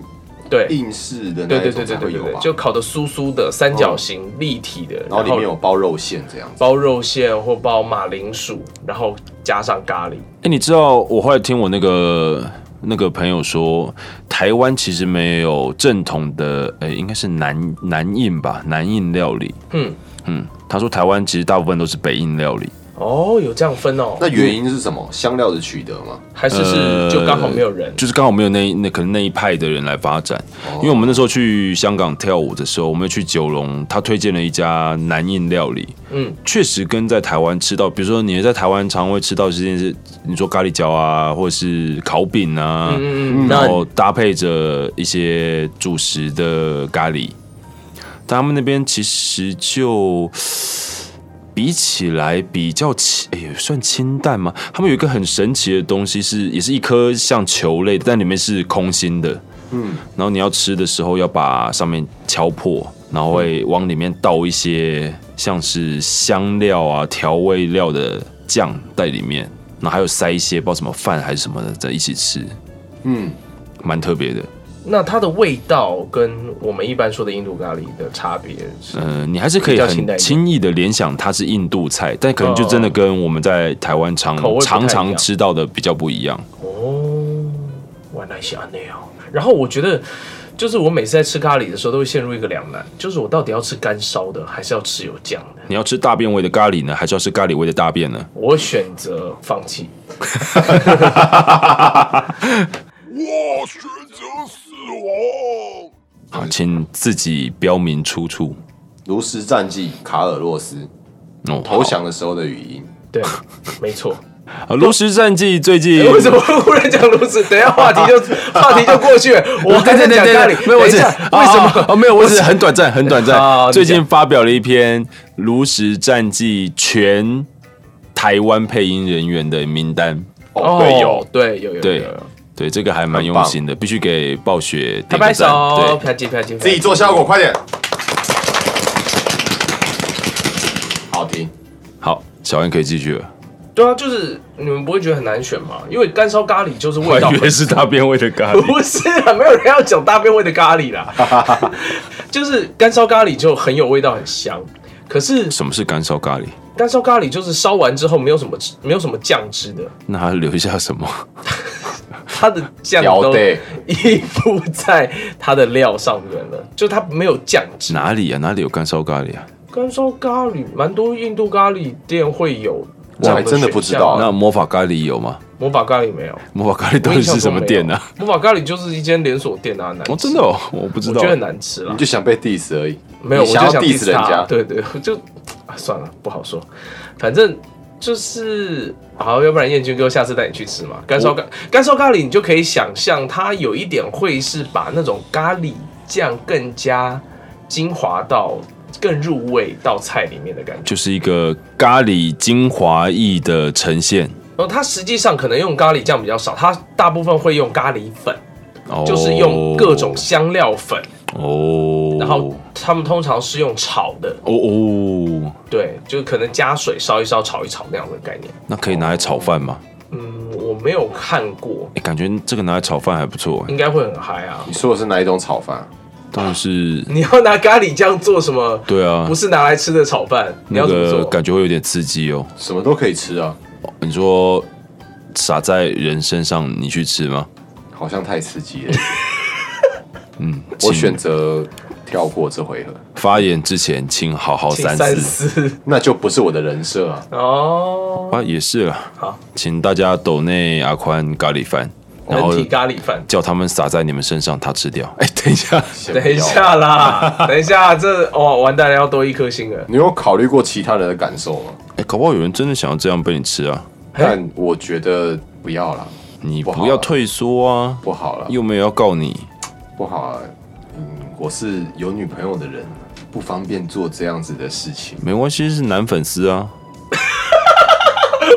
对，硬式的对那一对种对才对会对有对，吧？哦就烤的酥酥的三角形立体的，然后里面有包肉馅这样子。包肉馅或包马铃薯，然后加上咖喱，哎、你知道我后来听我那个那个朋友说，台湾其实没有正统的，哎、应该是南南印吧，南印料理。嗯，嗯，他说台湾其实大部分都是北印料理，哦，有这样分哦，那原因是什么？香料的取得吗？还是是就刚好没有人，就是刚好没有那那可能那一派的人来发展。哦因为我们那时候去香港跳舞的时候，我们又去九龙，他推荐了一家南印料理，嗯，确实跟在台湾吃到，比如说你在台湾常会吃到这件事，你说咖喱饺啊，或者是烤饼啊，嗯嗯嗯，然那后搭配着一些主食的咖喱。但他们那边其实就呃比起来比较清，哎、呦，算清淡吗？他们有一个很神奇的东西是，也是一颗像球类的，但里面是空心的。嗯，然后你要吃的时候要把上面敲破，然后会往里面倒一些像是香料啊、调味料的酱在里面，然后还有塞一些不知道什么饭还是什么的在一起吃。嗯，蛮特别的。那它的味道跟我们一般说的印度咖喱的差别是，呃，你还是可以比较清很淡一点轻易的联想它是印度菜，但可能就真的跟我们在台湾常口味不太一常样常吃到的比较不一样。哦，原来是那样。然后我觉得，就是我每次在吃咖喱的时候，都会陷入一个两难，就是我到底要吃干烧的，还是要吃有酱的？你要吃大便味的咖喱呢，还是要吃咖喱味的大便呢？我选择放弃。我选择死亡。好，请自己标明出处。炉石战记卡尔洛斯哦，投降的时候的语音， 对，没错。好。啊炉石战记最近哎为什么忽然讲如此？等一下话题就话题就过去 了，我还在讲咖喱。没有，我等一只下哦为什哦么？哦哦，没有，我只是很短暂，很短 好暂。你最近讲发表了一篇《炉石战记》全台湾配音人员的名单。哦，对，有，对有有对有有。对，这个还蛮用心的，必须给暴雪拍点拍个手赞。对，，啪叽啪叽，自己做效果，快点，好听。好，小安可以继续了。对啊，就是你们不会觉得很难选吗？因为干烧咖喱就是味道以为本身，是大便味的咖喱。 不是啊，没有人要讲大便味的咖喱啦。 就是干烧咖喱就很有味道，很香。可是什么是干烧咖喱？干烧咖喱就是烧完之后没有什么没有什么酱汁的，那还留下什么？ 它的酱屌都的依附在它的料上面了，就它没有酱汁。哪里啊？哪里有干烧咖喱啊？干烧咖喱蛮多印度咖喱店会有我这样还真的不知道选项啊那魔法咖喱有吗？魔法咖喱没有，魔法咖喱到底是什么店呢、啊？我印象中没有？魔法咖喱就是一间连锁店啊，很难吃哦，真的，哦，我不知我道觉得。很难吃啦你。就想被 diss 而已。没有，我你就想想要 diss diss 人他家，对 对，我就啊算了，不好说，反正。就是好，要不然燕君哥下次带你去吃嘛。干烧咖干烧咖喱，你就可以想象它有一点会是把那种咖喱酱更加精华到更入味到菜里面的感觉。就是一个咖喱精华意的呈现，然后它实际上可能用咖喱酱比较少，它大部分会用咖喱粉，哦就是用各种香料粉，哦，然后他们通常是用炒的，哦哦，对，就可能加水烧一烧、炒一炒那样的概念。那可以拿来炒饭吗？嗯，我没有看过，哎，感觉这个拿来炒饭还不错，应该会很嗨啊！你说的是哪一种炒饭？当然是你要拿咖喱酱做什么？对啊不，是拿来吃的炒饭，你那要怎么个做？感觉会有点刺激哦。什么都可以吃啊，你说撒在人身上，你去吃吗？好像太刺 激了。嗯，我请选择跳过这回合，发言之前，请好好请三三思思那就不是我的人设啊。哦，啊，也是啦。好，请大家抖内阿宽咖喱饭，然后人体咖喱饭。叫他们撒在你们身上，他吃掉。 哎，等一下，先不等一要，下 啦，等一下，这哦完蛋了，要多一颗星了。你有考虑过其他人的感受吗？哎，搞不好有人真的想要这样被你吃啊！哎但我觉得不要啦，你不好不要啊退缩啊，不好啦，又没有要告你。不好啦。嗯，我是有女朋友的人，不方便做这样子的事情。没关系，是男粉丝啊。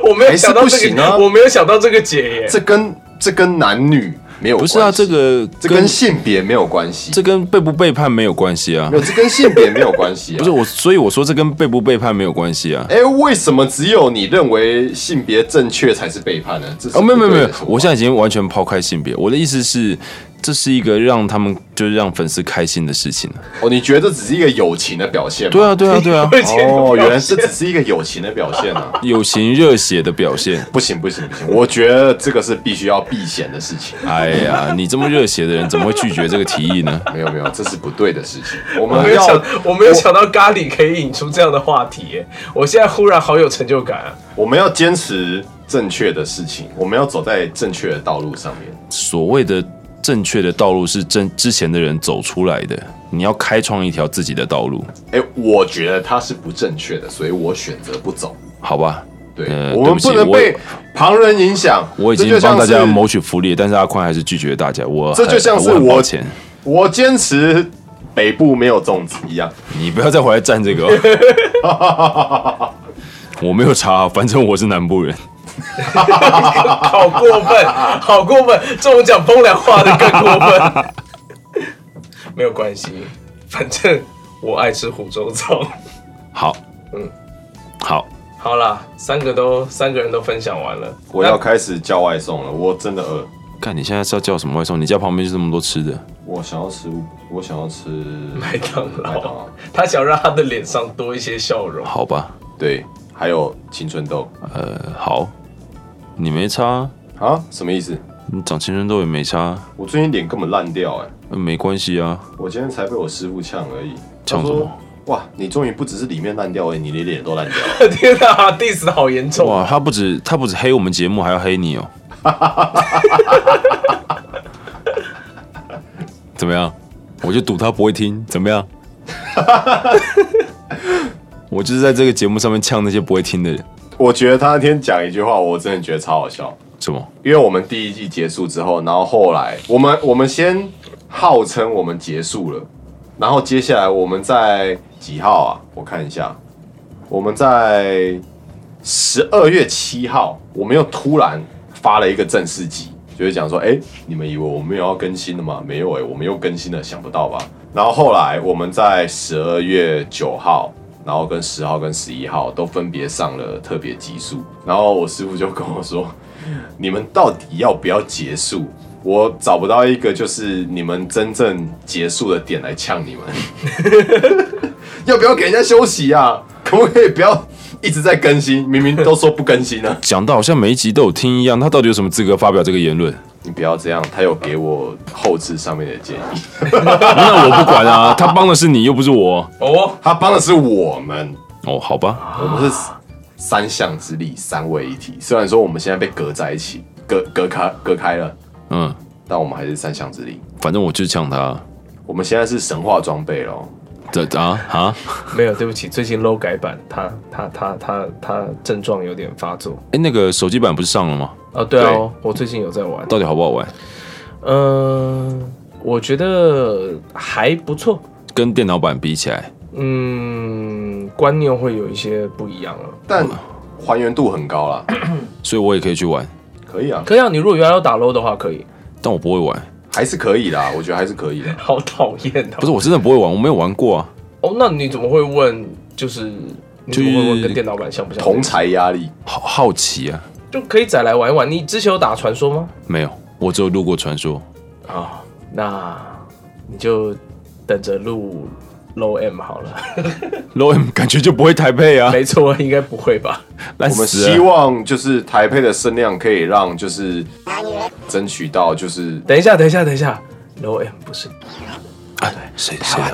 我没有想到 还是这不行个，啊我没有想到这个解耶。这跟这跟男女没有不关是啊，系这个这跟性别没有关系，这跟背不背叛没有关系啊没。有这跟性别没有关系 啊。不是我，所以我说这跟背不背叛没有关系啊。哎、为什么只有你认为性别正确才是背叛呢？这是哦，没有没有没有不对的说，法我现在已经完全抛开性别，我的意思是，这是一个让他们就是让粉丝开心的事情啊。哦，你觉得这只是一个友情的表现吗？对啊，对啊，对 啊，而且哦，原来这只是一个友情的表现啊！友情热血的表现。不行不行不行，我觉得这个是必须要避嫌的事情。哎呀，你这么热血的人，怎么会拒绝这个提议呢？ 没有没有，这是不对的事情。我我们没有要想，我没有想到咖喱可以引出这样的话题耶。我现在忽然好有成就感啊！我们要坚持正确的事情，我们要走在正确的道路上面。所谓的正确的道路是真之前的人走出来的，你要开创一条自己的道路，哎、我觉得它是不正确的，所以我选择不走。好吧？对，呃我对们不起不能我被旁人影响。我已这经就像帮大家是谋取福利，但是阿宽还是拒绝大家。我这就很像是我很抱我歉，我坚持北部没有粽子一样。你不要再回来站这个、哦。 我没有查，反正我是南部人。好过分，好过分！这种讲风凉话的更过分。没有关系，反正我爱吃湖州粽。好，嗯嗯，好，好啦，三个都三个人都分享完了，我要开始叫外送了，我真的饿，看你现在是要叫什么外送？你家旁边就这么多吃的，我想要吃，我想要吃麦当麦当劳劳，，他想让他的脸上多一些笑容。好吧？对，还有青春痘呃，好，你没差，啊？什么意思？你长青春痘也没差，我最近脸根本烂掉哎、呃没关系啊。我今天才被我师傅呛而已，呛他什么说？哇，你终于不只是里面烂掉而已，你连脸都烂掉了。天哪、d i s s 好严重。哇，他不止他不止黑我们节目，还要黑你哦。怎么样？我就赌他不会听，怎么样？我就是在这个节目上面呛那些不会听的人。我觉得他那天讲一句话，我真的觉得超好笑。什么？因为我们第一季结束之后，然后后来我们我们先号称我们结束了，然后接下来我们在几号啊？我看一下，我们在十二月七号，我们又突然发了一个正式集，就是讲说，哎、你们以为我们有要更新的吗？没有哎、我们又更新了，想不到吧？然后后来我们在十二月九号。然后跟十号跟十一号都分别上了特别集数，然后我师傅就跟我说，你们到底要不要结束？我找不到一个就是你们真正结束的点来呛你们， 要不要给人家休息啊？可不可以不要一直在更新？明明都说不更新呢、啊讲的好像每一集都有听一样，他到底有什么资格发表这个言论？ 你不要这样，他有给我后置上面的建议，那我不管啊，他帮的是你，又不是我。哦，他帮的是我们，哦，好吧，我们是三项之力，三位一体。虽然说我们现在被隔在一起，隔隔开隔开了，嗯，但我们还是三项之力。反正我就是抢他。我们现在是神话装备咯，这啊啊！没有，对不起，最近 low 改版，他他他他他症状有点发作。哎，那个手机版不是上了吗？啊，对啊，我最近有在玩。到底好不好玩？嗯、我觉得还不错。跟电脑版比起来，嗯，观念会有一些不一样了。啊但还原度很高啦，所以我也可以去玩，可以啊，可以啊，你如果原来要打 low 的话，可以。但我不会玩。还是可以啦，我觉得还是可 以的。好讨厌哦！不是，我真的不会玩，我没有玩过啊。哦，那你怎么会问？就是你怎么会问跟电脑版像不像？同才压力，好好奇啊，就可以载来玩一玩。你之前有打传说吗？没有，我只有路过传说。啊，那你就等着录 low M 好了。 Low M 感觉就不会台配啊，没错，应该不会吧？烂我们死啊希了。望就是台配的声量可以让就是争取到就是等一下，等一下，等一下，low M 不是谁谁啊？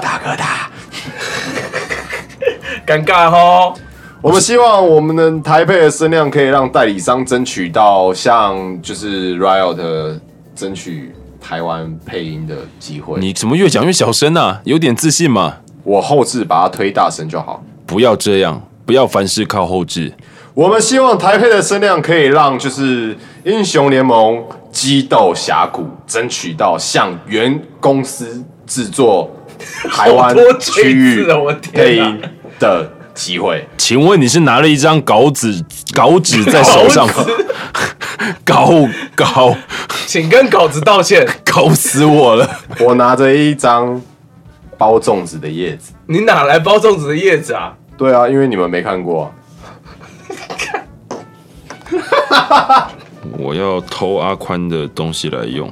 尴尬哦。我们希望我们的台配的声量可以让代理商争取到像就是 Riot 争取台湾配音的机会。你怎么越讲越小声啊？有点自信嘛？我后置把它推大声就好。不要这样，不要凡事靠后置。我们希望台配的声量可以让就是英雄联盟激斗峡谷争取到向原公司制作台好湾多区句域子哦我天配哪音的机会。请问你是拿了一张稿纸稿纸在手 上吗？ 搞搞请跟稿子道歉。搞死我了！我拿着一张包粽子的叶子。你哪来包粽子的叶子啊？对啊，因为你们没看过啊、我要偷阿宽的东西来用。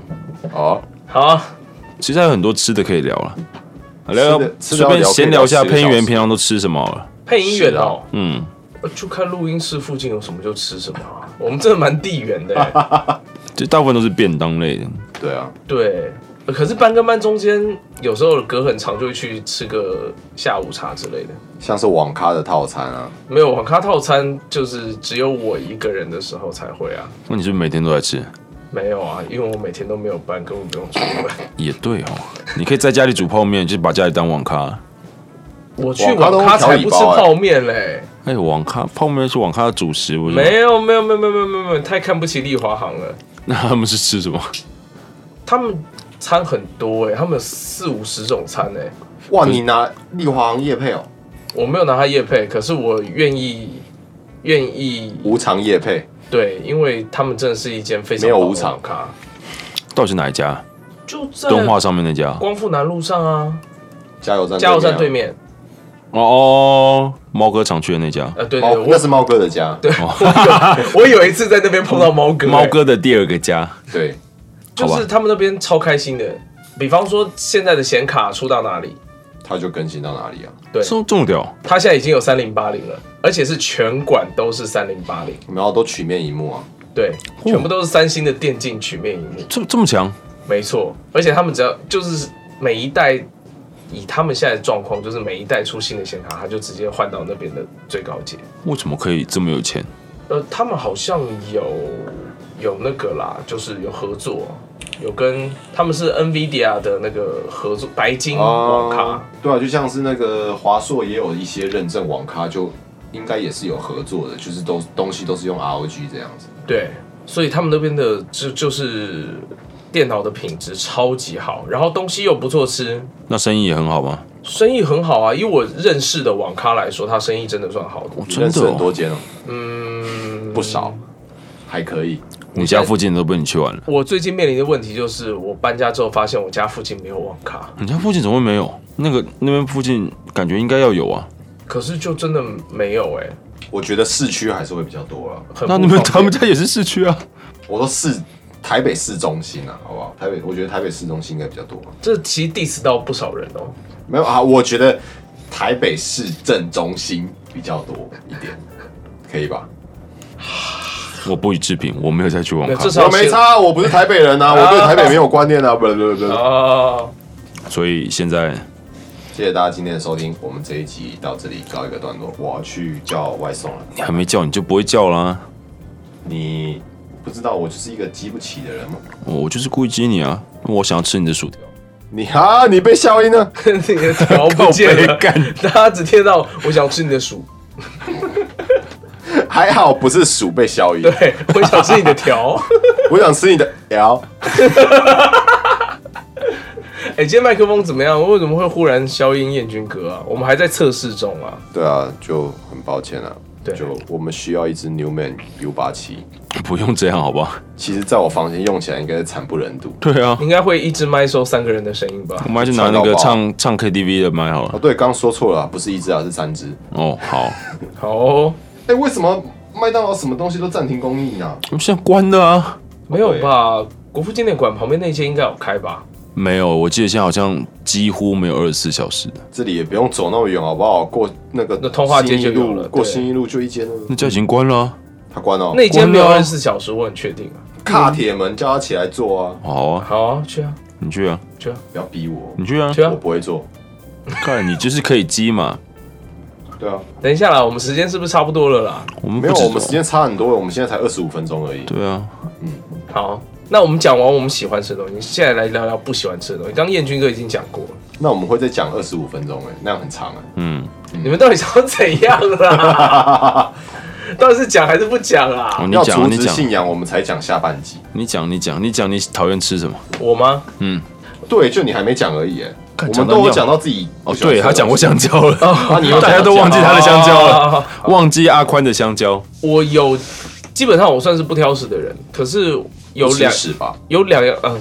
哦，好啊，其实还有很多吃的可以聊了，聊聊吃的随便闲聊一下吃的配要音聊员四个小时平常都吃什么好了。配音员哦，嗯，呃就看录音室附近有什么就吃什么啊、我们真的蛮地缘的、欸。就大部分都是便当类的。对啊，对，呃可是班跟班中间有时候隔很长，就会去吃个下午茶之类的。像是网咖的套餐啊，没有网咖套餐，就是只有我一个人的时候才会啊。那你是不是每天都在吃？没有啊，因为我每天都没有班，根本不用出门。也对哦，你可以在家里煮泡面，就把家里当网咖。我去网咖才不吃泡面嘞、哎，网咖泡面是网咖的主食，不是吗？没有没有没有没有没有没有没有，太看不起丽华行了。那他们是吃什么？他们餐很多哎、他们有四五十种餐哎、哇，你拿丽华行夜配哦，我没有拿他叶配，可是我愿意愿意无偿夜配，对，因为他们真的是一间非常没有棒的无偿网咖，到底是哪一家？就在敦化上面那家？光复南路上啊，加油站，加油站对，面，哦哦，猫哥常去的那家。呃对对猫对，我 那是猫哥的家，对我有一次在那边碰到猫哥、哎猫，哥的第二个家，对，就好是吧他们那边超开心的。比方说现在的显卡出到哪里，他就更新到哪里啊？对，这这么屌，它现在已经有三零八零了，而且是全馆都是三零八零，然后都曲面一幕啊，对，全部都是三星的电竞曲面荧幕，这这么强，没错。而且他们只要就是每一代，以他们现在的状况，就是每一代出新的显卡，它就直接换到那边的最高阶。为什么可以这么有钱？呃，他们好像有有那个啦，就是有合作，有跟他们是 NVIDIA 的那个合作白金嗯网卡，啊，对啊，就像是那个华硕也有一些认证网咖，就应该也是有合作的，就是都东西都是用 ROG 这样子，对，所以他们那边的就就是电脑的品质超级好，然后东西又不错吃，那生意也很好吗？生意很好啊。以我认识的网咖来说，他生意真的算好的。哦，你真认识的很多哦，间哦，嗯，不少，还可以，你家附近都被你去完了，我最近面临的问题就是，我搬家之后发现我家附近没有网咖，你家附近怎么会没有？那个那边附近感觉应该要有啊。可是就真的没有哎、我觉得市区还是会比较多啊，很那不你们方便他们家也是市区啊？我说市台北市中心啊，好不好？台北，我觉得台北市中心应该比较多吧。啊这其实 diss 到不少人哦。没有啊，我觉得台北市正中心比较多一点，可以吧？我不予置评，我没有再去网没有咖至，少我没差，我不是台北啊 人啊，我对台北没有观念啊，不不不，哦，所以现在谢谢大家今天的收听，我们这一集到这里告一个段落。我要去叫外送了，你还没叫你就不会叫啦。你不知道我就是一个激不起的人吗？我我就是故意激你啊，我想要吃你的薯条。 你啊，你被消音了。那个条不见靠了背干，大家只听到我想吃你的薯，还好不是鼠被消音，对我想吃你的条。 我想吃你的 L，哎、今天麦克风怎么样？为什么会忽然消音燕军哥啊？我们还在测试中啊。对啊，就很抱歉了、对就我们需要一支 Newman U 八七，不用这样好不好？其实在我房间用起来应该是惨不忍睹。对啊，应该会一支麦收三个人的声音吧我？们还是拿那个唱唱 KTV 的麦好哦，了。对，刚刚说错了，不是一支啊，是三支。哦，好，好、哦，哎、为什么麦当劳什么东西都暂停供应啊？我们现在关的啊。没有吧？国父纪念馆旁边那间应该有开吧？没有，我记得现在好像几乎没有二十四小时的，这里也不用走那么远，好不好？过那个那通化街新一就有路了过对新一路就一间了。那家已经关了啊、他关了、哦，那间没有关二了十四小时，我很确定啊。嗯卡铁门叫他起来做啊！好啊，好啊，去啊，你去啊，去啊，不要逼我，你去啊，去啊我！不会做。看你就是可以激嘛。对啊，等一下啦，我们时间是不是差不多了啦？我们不没有，止我们时间差很多，我们现在才二十五分钟而已。对啊，好，那我们讲完我们喜欢吃的东西，现在来聊聊不喜欢吃的东西。刚刚燕军哥已经讲过了，那我们会再讲二十五分钟哎、那样很长哎、嗯，你们到底想要怎样啦？ 到底是讲还是不讲好，啊？你要讲阻啊，你止讲，信仰，我们才讲下半集。你讲，你讲，你讲，你讨厌吃什么？我吗？对，就你还没讲而已哎、看我哦讲们到都有尿讲到自己哦，不喜欢对吃的他讲过东西香蕉了，啊，你 又大家都忘记他的香蕉了， 忘记阿宽的香蕉。啊我有，基本上我算是不挑食的人，可是有吃两屎吧？有两样，嗯、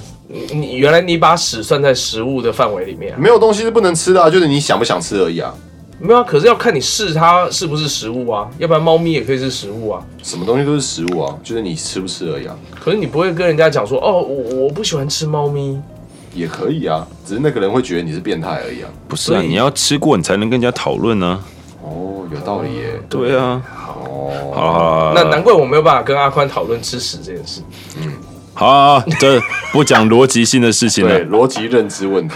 你你原来你把屎算在食物的范围里面啊、没有东西是不能吃的、啊，就是你想不想吃而已啊。没有啊？可是要看你试它是不是食物啊，要不然猫咪也可以是食物啊。什么东西都是食物啊，就是你吃不吃而已啊，可是你不会跟人家讲说，哦，我我不喜欢吃猫咪，也可以啊，只是那个人会觉得你是变态而已啊。不是啊，所以你要吃过你才能跟人家讨论啊呢。哦，有道理耶。对啊，哦，好了好了，那难怪我没有办法跟阿宽讨论吃屎这件事。好啊，这不讲逻辑性的事情对，了。逻辑认知问题。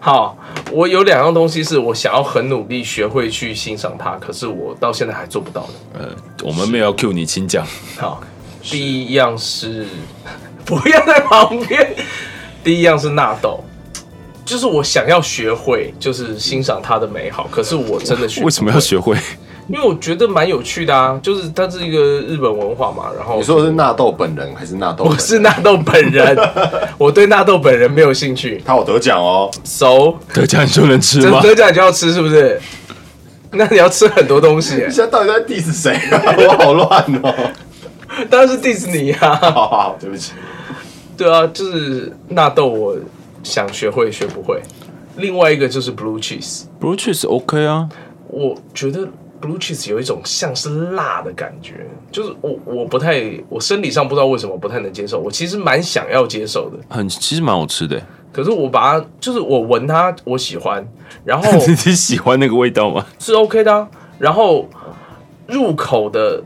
好，我有两样东西是我想要很努力学会去欣赏它，可是我到现在还做不到的。呃，我们没有要 Q 你，请讲。好，第一样是不要在旁边。第一样是纳豆，就是我想要学会，就是欣赏它的美好，可是我真的学不为什么要会？学会？因为我觉得蛮有趣的啊，就是它是一个日本文化嘛。然后你说的是纳豆本人还是纳豆本人？我是纳豆本人，我对纳豆本人没有兴趣。他有得奖哦，熟，得奖你就能吃真吗？得奖你就要吃是不是？那你要吃很多东西、欸你，现在到底在 diss 谁啊？ 我好乱哦。 当然是迪士尼啊。好好，好对不起。对啊，就是纳豆，我想学会学不会。另外一个就是 blue cheese，不确实 OK 啊，我觉得 blue cheese 有一种像是辣的感觉，就是我我不太我生理上不知道为什么不太能接受，我其实蛮想要接受的，很其实蛮好吃的。可是我把它就是我闻它我喜欢，然后你 你喜欢那个味道吗？是 OK 的、啊，然后入口的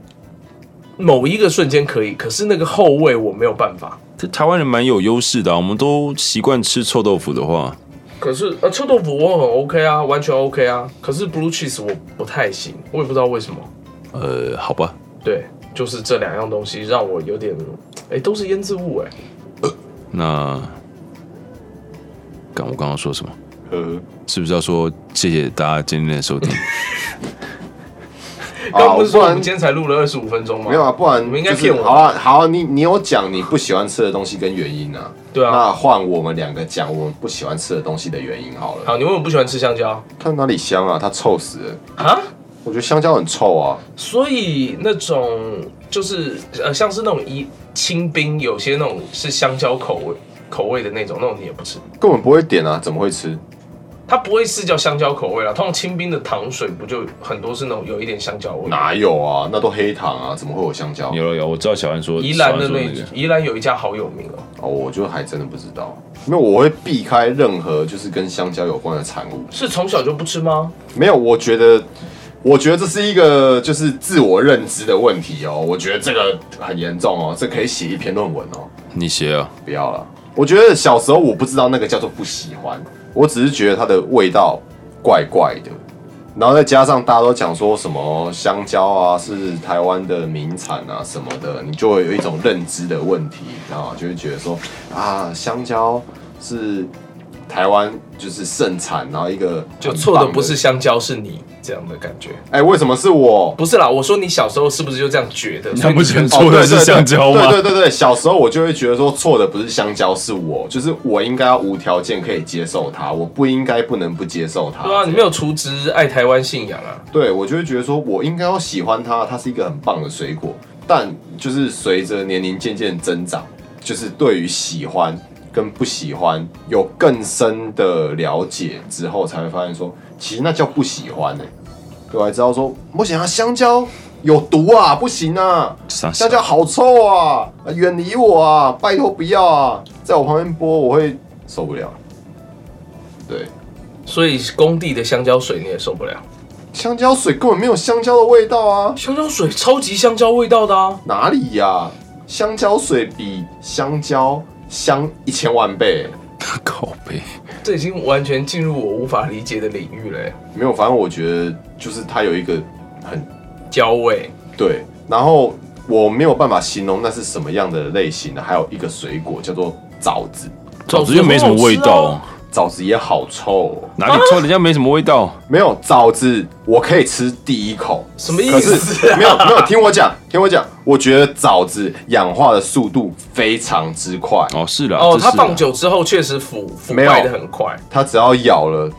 某一个瞬间可以，可是那个后味我没有办法。这台湾人蛮有优势的、啊，我们都习惯吃臭豆腐的话，可是呃，臭豆腐我很 OK 啊，完全 OK 啊。可是 blue cheese 我不太行，我也不知道为什么。呃，好吧，对，就是这两样东西让我有点，哎、都是腌制物哎、那刚我刚刚说什么？呃，是不是要说谢谢大家今天的收听？刚啊不是说不我然们今天才录了二十五分钟吗？没有啊，不然你们应该就是骗我好啊，好啊，你你有讲你不喜欢吃的东西跟原因啊？对啊那换我们两个讲我们不喜欢吃的东西的原因好了。好，你为什么不喜欢吃香蕉它哪里香啊？它臭死了！啊？我觉得香蕉很臭啊。所以那种就是呃，像是那种一清冰，有些那种是香蕉口味口味的那种，那种你也不吃。根本不会点啊，怎么会吃？它不会是叫香蕉口味啦，通常清冰的糖水不就很多是那种有一点香蕉味？哪有啊？那都黑糖啊，怎么会有香 蕉？有了有，我知道小安说宜兰的那小安说个宜兰有一家好有名哦、哦，我就还真的不知道，因为我会避开任何就是跟香蕉有关的产物。是从小就不吃吗？没有，我觉得，我觉得这是一个就是自我认知的问题哦。我觉得这个很严重哦，这可以写一篇论文哦。你写啊，不要了，我觉得小时候我不知道那个叫做不喜欢，我只是觉得它的味道怪怪的。然后再加上大家都讲说什么香蕉啊是台湾的名产啊什么的，你就会有一种认知的问题，然后就会觉得说啊，香蕉是台湾就是盛产，然后一个就很错棒的不是香蕉，是你这样的感觉。哎、为什么是我？不是啦，我说你小时候是不是就这样觉 得？所那以不你是很就错的是香蕉吗？哦对对对对对，小时候我就会觉得说错的不是香蕉，是我，就是我应该要无条件可以接受它，我不应该不能不接受它。对啊，你没有除之爱台湾信仰啊。对我就会觉得说我应该要喜欢它，它是一个很棒的水果。但就是随着年龄渐渐增长，就是对于喜欢跟不喜欢有更深的了解之后，才会发现说，其实那叫不喜欢呢、欸对吧、还知道说不行啊，香蕉有毒啊，不行啊，傻傻香蕉好臭啊！远离我啊！拜托不要啊！在我旁边播，我会受不了。对，所以工地的香蕉水你也受不了，香蕉水根本没有香蕉的味道啊！香蕉水超级香蕉味道的啊。哪里呀、香蕉水比香蕉香一千万倍。靠背，这已经完全进入我无法理解的领域了欸、没有，反正我觉得就是它有一个很焦味，对，然后我没有办法形容那是什么样的类型的。还有一个水果叫做枣子，枣子又哦没什么味道，枣子也好臭、哦。哪里臭？人家没什么味道，没有枣子，我可以吃第一口，什么意可思啊是没有没有，听我讲，听我讲，我觉得枣子氧化的速度非常之快，哦是啦，哦，这是它啦放久之后确实腐腐啊没有败的很快，它只要咬了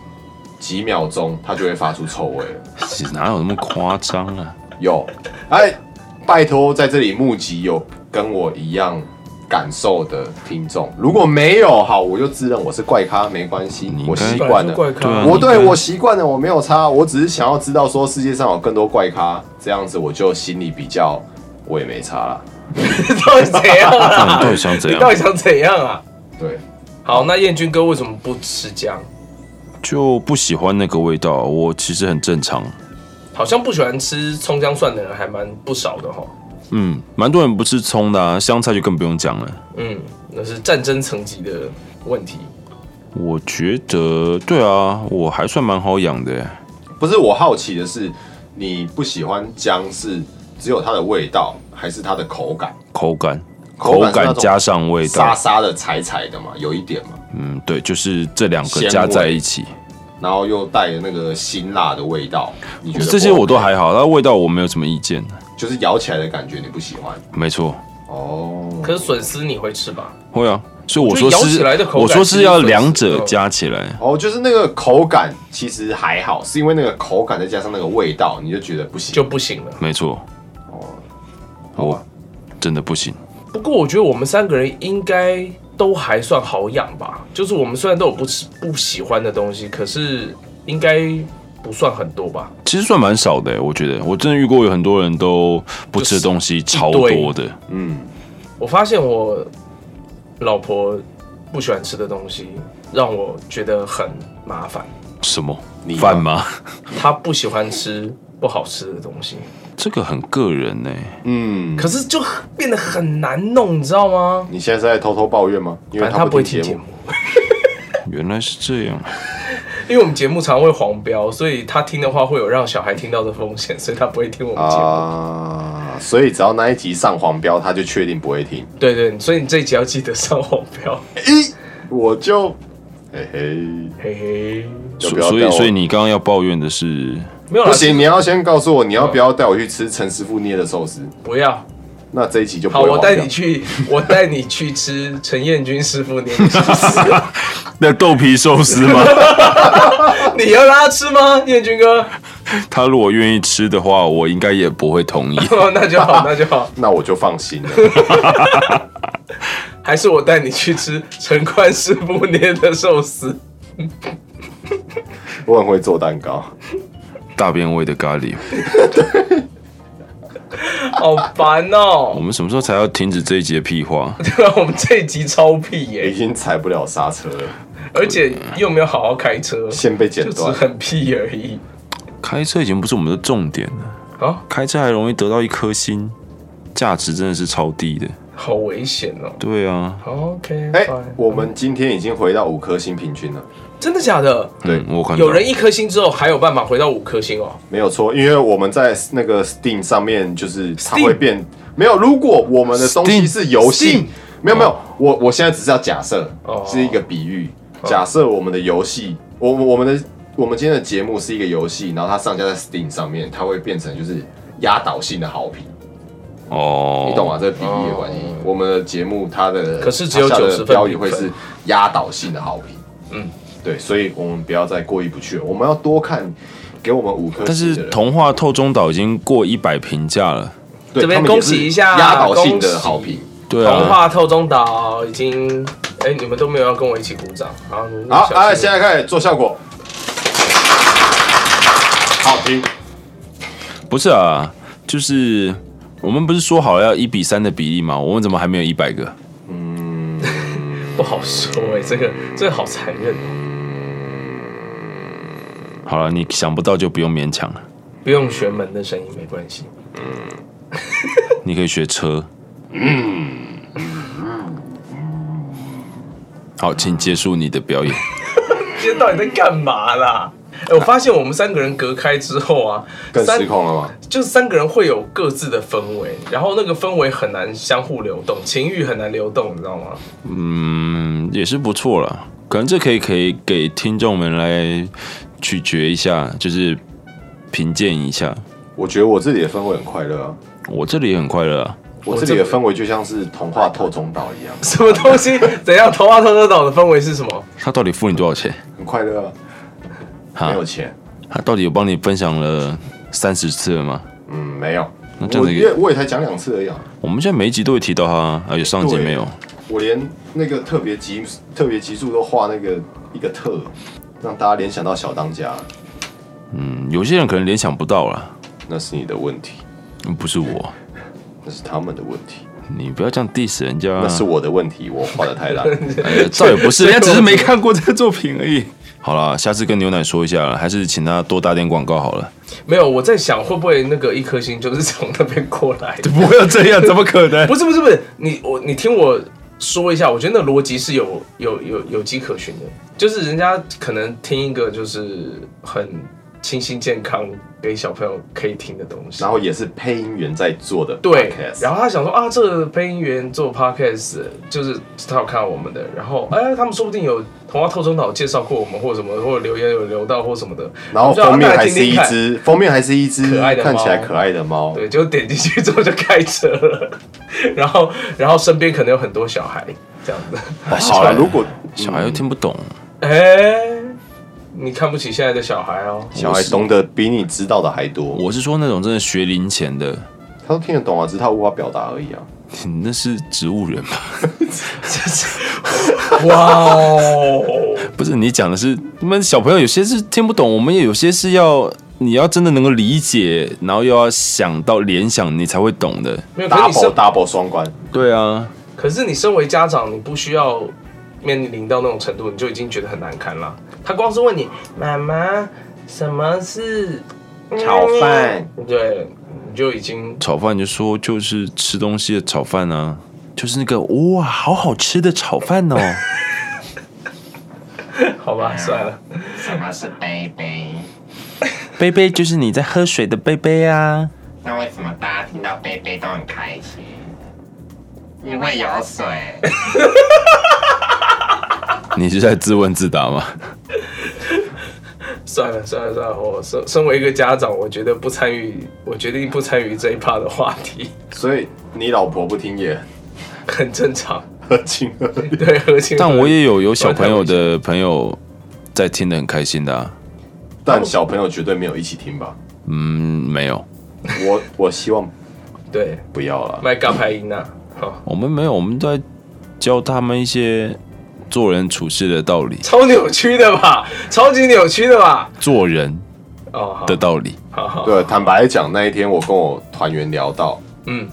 几秒钟，它就会发出臭味了。其实哪有那么夸张 啊？有，哎，拜托在这里募集有跟我一样感受的听众，如果没有，好，我就自认我是怪咖，没关系你，应该我习惯了。怪咖对啊我对你应该我习惯了，我没有差，我只是想要知道说世界上有更多怪咖，这样子我就心里比较，我也没差啦。啊 到底怎样那 啊？你到底想怎你样到？底想怎样啊？对，好，那燕军哥为什么不吃姜？就不喜欢那个味道，我其实很正常。好像不喜欢吃葱姜蒜的人还蛮不少的哈。嗯，蛮多人不吃葱的、啊，香菜就更不用讲了。嗯，那是战争层级的问题。我觉得对啊，我还算蛮好养的。不是我好奇的是，你不喜欢姜是只有它的味道，还是它的口感？口感，口口感是那种感加上味沙道，沙的、柴柴的嘛，有一点嘛，嗯，对，就是这两咸个味加在一起，然后又带那个辛辣的味道，你觉得这些我都还好，但味道我没有什么意见。就是咬起来的感觉你不喜欢没错，哦。可是笋丝你会吃吧？会啊，所以我我说觉得咬是起来的口，感我说其是实要是两者加起来。哦，就是那个口感其实还好，是因为那个口感再加上那个味道，你就觉得不行。就不行了。没错，好吧我真的不行。不过我觉得我们三个人应该都还算好养吧，就是我们虽然都有不吃不喜欢的东西，可是应该不算很多吧。其实算蛮少的，我觉得我真的遇过有很多人都不吃的东西超多的，嗯，我发现我老婆不喜欢吃的东西让我觉得很麻烦，什么你吗饭吗？ 她不喜欢吃不好吃的东西，这个很个人呢、嗯，可是就很变得很难弄，你知道吗？你现在是在偷偷抱怨吗？因反为正她他不会听听节节目，，原来是这样，因为我们节目常会黄标，所以她听的话会有让小孩听到的风险，所以她不会听我们节目。啊，所以只要那一集上黄标，他就确定不会听。对对，所以你这一集要记得上黄标，咦，我就嘿嘿， 嘿嘿，要所不要所带以我所以你刚刚要抱怨的是，没有啦不行，你要先告诉我你要不要带我去吃陈师傅捏的寿司。不要。那这一集就不好，会我黄带标你 去，我带你去吃陈彦君师傅年寿司。那豆皮寿司吗？你要让他吃吗，彦君哥？ 他如果愿意吃的话，我应该也不会同意。哦，那就 好，那就好。那我就放心 了。还是我带你去吃陈宽师傅捏的寿司。 我很会做蛋糕，大便味的咖喱，好烦我哦！ 们什么时候才要停止这一节屁话？ 对啊，我们这一集超屁耶、已经踩不了刹车了，而且又没有好好开车，线被剪就只断。很屁而已。开车已经不是我们的重点了，啊开车还容易得到一颗星，价值真的是超低的。好危险哦。对啊， OK，哎、 fine 我们今天已经回到五颗星平均了，真的假的？对嗯我看到有人一颗星之后还有办法回到五颗星哦？没有错，因为我们在那个 Steam 上面就是它会变没有。如果我们的东西 Steam- 是游戏 Steam，没有没有，我我现在只是要假设哦，是一个比喻，假设我们的游戏，我我们的我们今天的节目是一个游戏，然后它上架在 Steam 上面，它会变成就是压倒性的好评，哦，你懂吗？这是比喻的关系。我们的节目它的哦可是只有它下的90分标语会评分是压倒性的好评，嗯嗯，对，所以我们不要再过意不去了，我们要多看给我们五颗但星是的人。童话透中岛已经过一百评价了，对这边他们也恭喜是一下压倒性恭喜的好评。对童啊，话透中岛已经，哎、你们都没有要跟我一起鼓掌，好，你们好，小心哎，现在开始做效果。好评，不是啊，就是我们不是说好要一比三的比例吗？我们怎么还没有一百个？不好说哎、这个 这个好残忍哦，好了，你想不到就不用勉强了，不用玄门的声音没关系。你可以学车。好，请结束你的表演。今天到底在干嘛啦？哎、我发现我们三个人隔开之后啊，更三失控了吗？就是三个人会有各自的氛围，然后那个氛围很难相互流动，情欲很难流动，你知道吗？嗯，也是不错了。可能这可以可以给听众们来咀嚼一下，就是评鉴一下。我觉得我这里的氛围很快乐啊，我这里也很快乐、啊，我这里的氛围就像是童话透中岛一样，什么东西？ 怎样？头发偷偷岛的氛围是什么？他到底付你多少钱？很快乐啊，哈啊没有钱，他到底有帮你分享了三十次了吗？嗯，没有。那这样我子因为我也才讲两次而已啊，我们现在每一集都会提到他啊，而且上集对没有。我连那个特别集特别集数都画那个一个特，让大家联想到小当家，嗯，有些人可能联想不到啦，那是你的问题，嗯不是我，那是他们的问题，你不要这样 diss 人家啊。那是我的问题，我画的太烂。哎呀，倒也不是，人家只是没看过这个作品而已。好啦，下次跟牛奶说一下，还是请他多打点广告好 了。没有，我在想会不会那个一颗星就是从那边过来 的？不要这样，怎么可能？不是不是不是，你我你听我说一下，我觉得那逻辑是有有有有迹可循的，就是人家可能听一个就是很清新健康给小朋友可以听的东西然，后也是配音员在做的 podcast，对，然后他想说啊，这个配音员做 podcast，就是他有看到我们的，然后哎，他们说不定有童话透中岛介绍过我们，或者什么，或者留言有留到或什么的，然后我们就让封面大家还听是听一看，只，封面还是一只可爱的猫看起来可爱的猫。对，就点进去之后就开车了，然后然后身边可能有很多小孩这样子。 好了，啊如果小孩又听不懂，哎、你看不起现在的小孩哦？小孩懂得比你知道的还多，我是说那种真的学龄前的，他都听得懂啊，只是他无法表达而已啊。你那是植物人吧？哇哦！ 不是，你讲的是你们小朋友有些是听不懂，我们也有些是要你要真的能够理解，然后又要想到联想，你才会懂的。没有，可是你 double 身， double 双关，对啊，可是你身为家长，你不需要面临到那种程度，你就已经觉得很难堪了。他光是问你妈妈什么是嗯炒饭，对，你就已经炒饭就说就是吃东西的炒饭啊，就是那个哇，好好吃的炒 饭哦。好哎吧，算了。什么是杯杯？杯杯就是你在喝水的杯杯啊。那为什么大家听到杯杯都很开心？因为有水。你是在自问自答吗？嗯算了算了算了，我身身为一个家长，我觉得不参与，我决定不参与这一趴的话题， 所以你老婆不听也 很正常。合情合 理。对，合情合理。嗯但我也有有小朋友的朋友在听得很开心的啊。但小朋友绝对没有一起听吧？嗯，没有，我我希望对，不要啦。麦嘎拍音呐，好，我们没有，我们在教他们一些做人处事的道理，超扭曲的吧，超级扭曲的吧。做人哦，好的道理。好好，对，坦白讲，那一天我跟我团员聊到，嗯，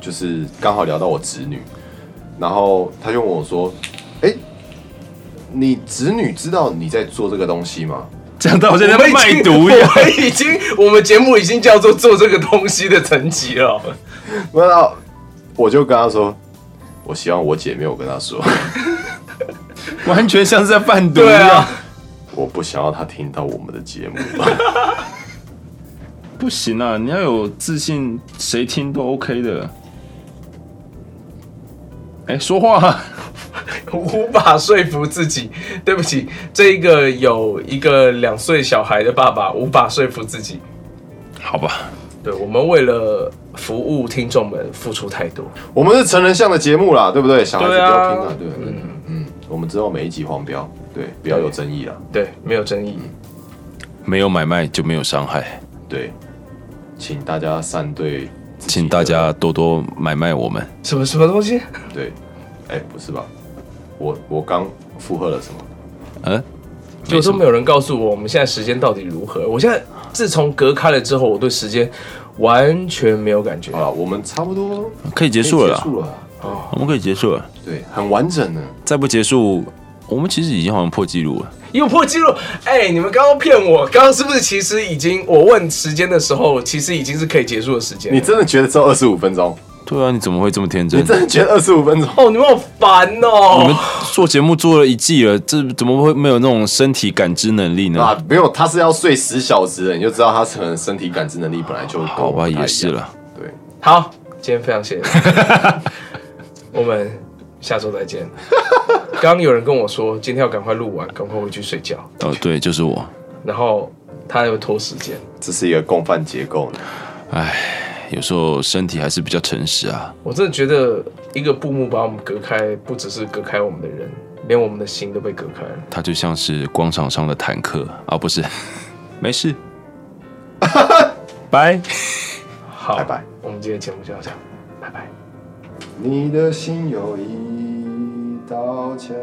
就是刚好聊到我侄女，然后他就问我说：“哎、你侄女知道你在做这个东西吗讲到好像在我们已经卖毒一样。 我们已经，我们节目已经叫做做这个东西的层级了。？”然后我就跟他说：“我希望我姐没有跟他说， 完全像是在贩毒一对样啊。，我不想要他听到我们的节目。不行啊，你要有自信，谁听都 OK 的。哎，说话啊，无法说服自己。对不起，这一个有一个两岁小孩的爸爸无法说服自己。好吧？对我们为了服务听众们付出太多，我们是成人向的节目啦，对不对？小孩子不对啊要听啊，对对对，嗯，我们知道每一集黄标，对，不要有争议啦，对，没有争议。没有买卖就没有伤害，对，请大家善对自己的，请大家多多买卖我们。什么什么东西？对，哎，不是吧？我我刚附和了什么？嗯，就都没有人告诉我我们现在时间到底如何。我现在自从隔开了之后，我对时间完全没有感觉好。了，我们差不多可以结束了可以结啦，束了，我们可以结束了。对，很完整呢。再不结束，我们其实已经好像破纪录了。又破纪录！哎、你们刚刚骗我，刚刚是不是其实已经我问时间的时候，其实已经是可以结束的时间了？你真的觉得只有二十五分钟？对啊，你怎么会这么天真你？真的觉得二十五分钟？哦，你们好烦我哦！们做节目做了一季了，这怎么会没有那种身体感知能力呢？啊，没有，他是要睡十小时的，你就知道他可能身体感知能力本来就好吧，也是了。了，对，好，今天非常谢谢，我们下周再见。刚刚有人跟我说，今天要赶快录完，赶快回去睡觉，哦，对，就是我，然后他又拖时间，这是一个共犯结构呢。有时候身体还是比较诚实啊。我真的觉得一个布幕把我们隔开，不只是隔开我们的人，连我们的心都被隔开了。它就像是广场上的坦克啊，不是，没事，拜。好，拜拜，我们今天节目就到这样，拜拜。你的心有一道墙。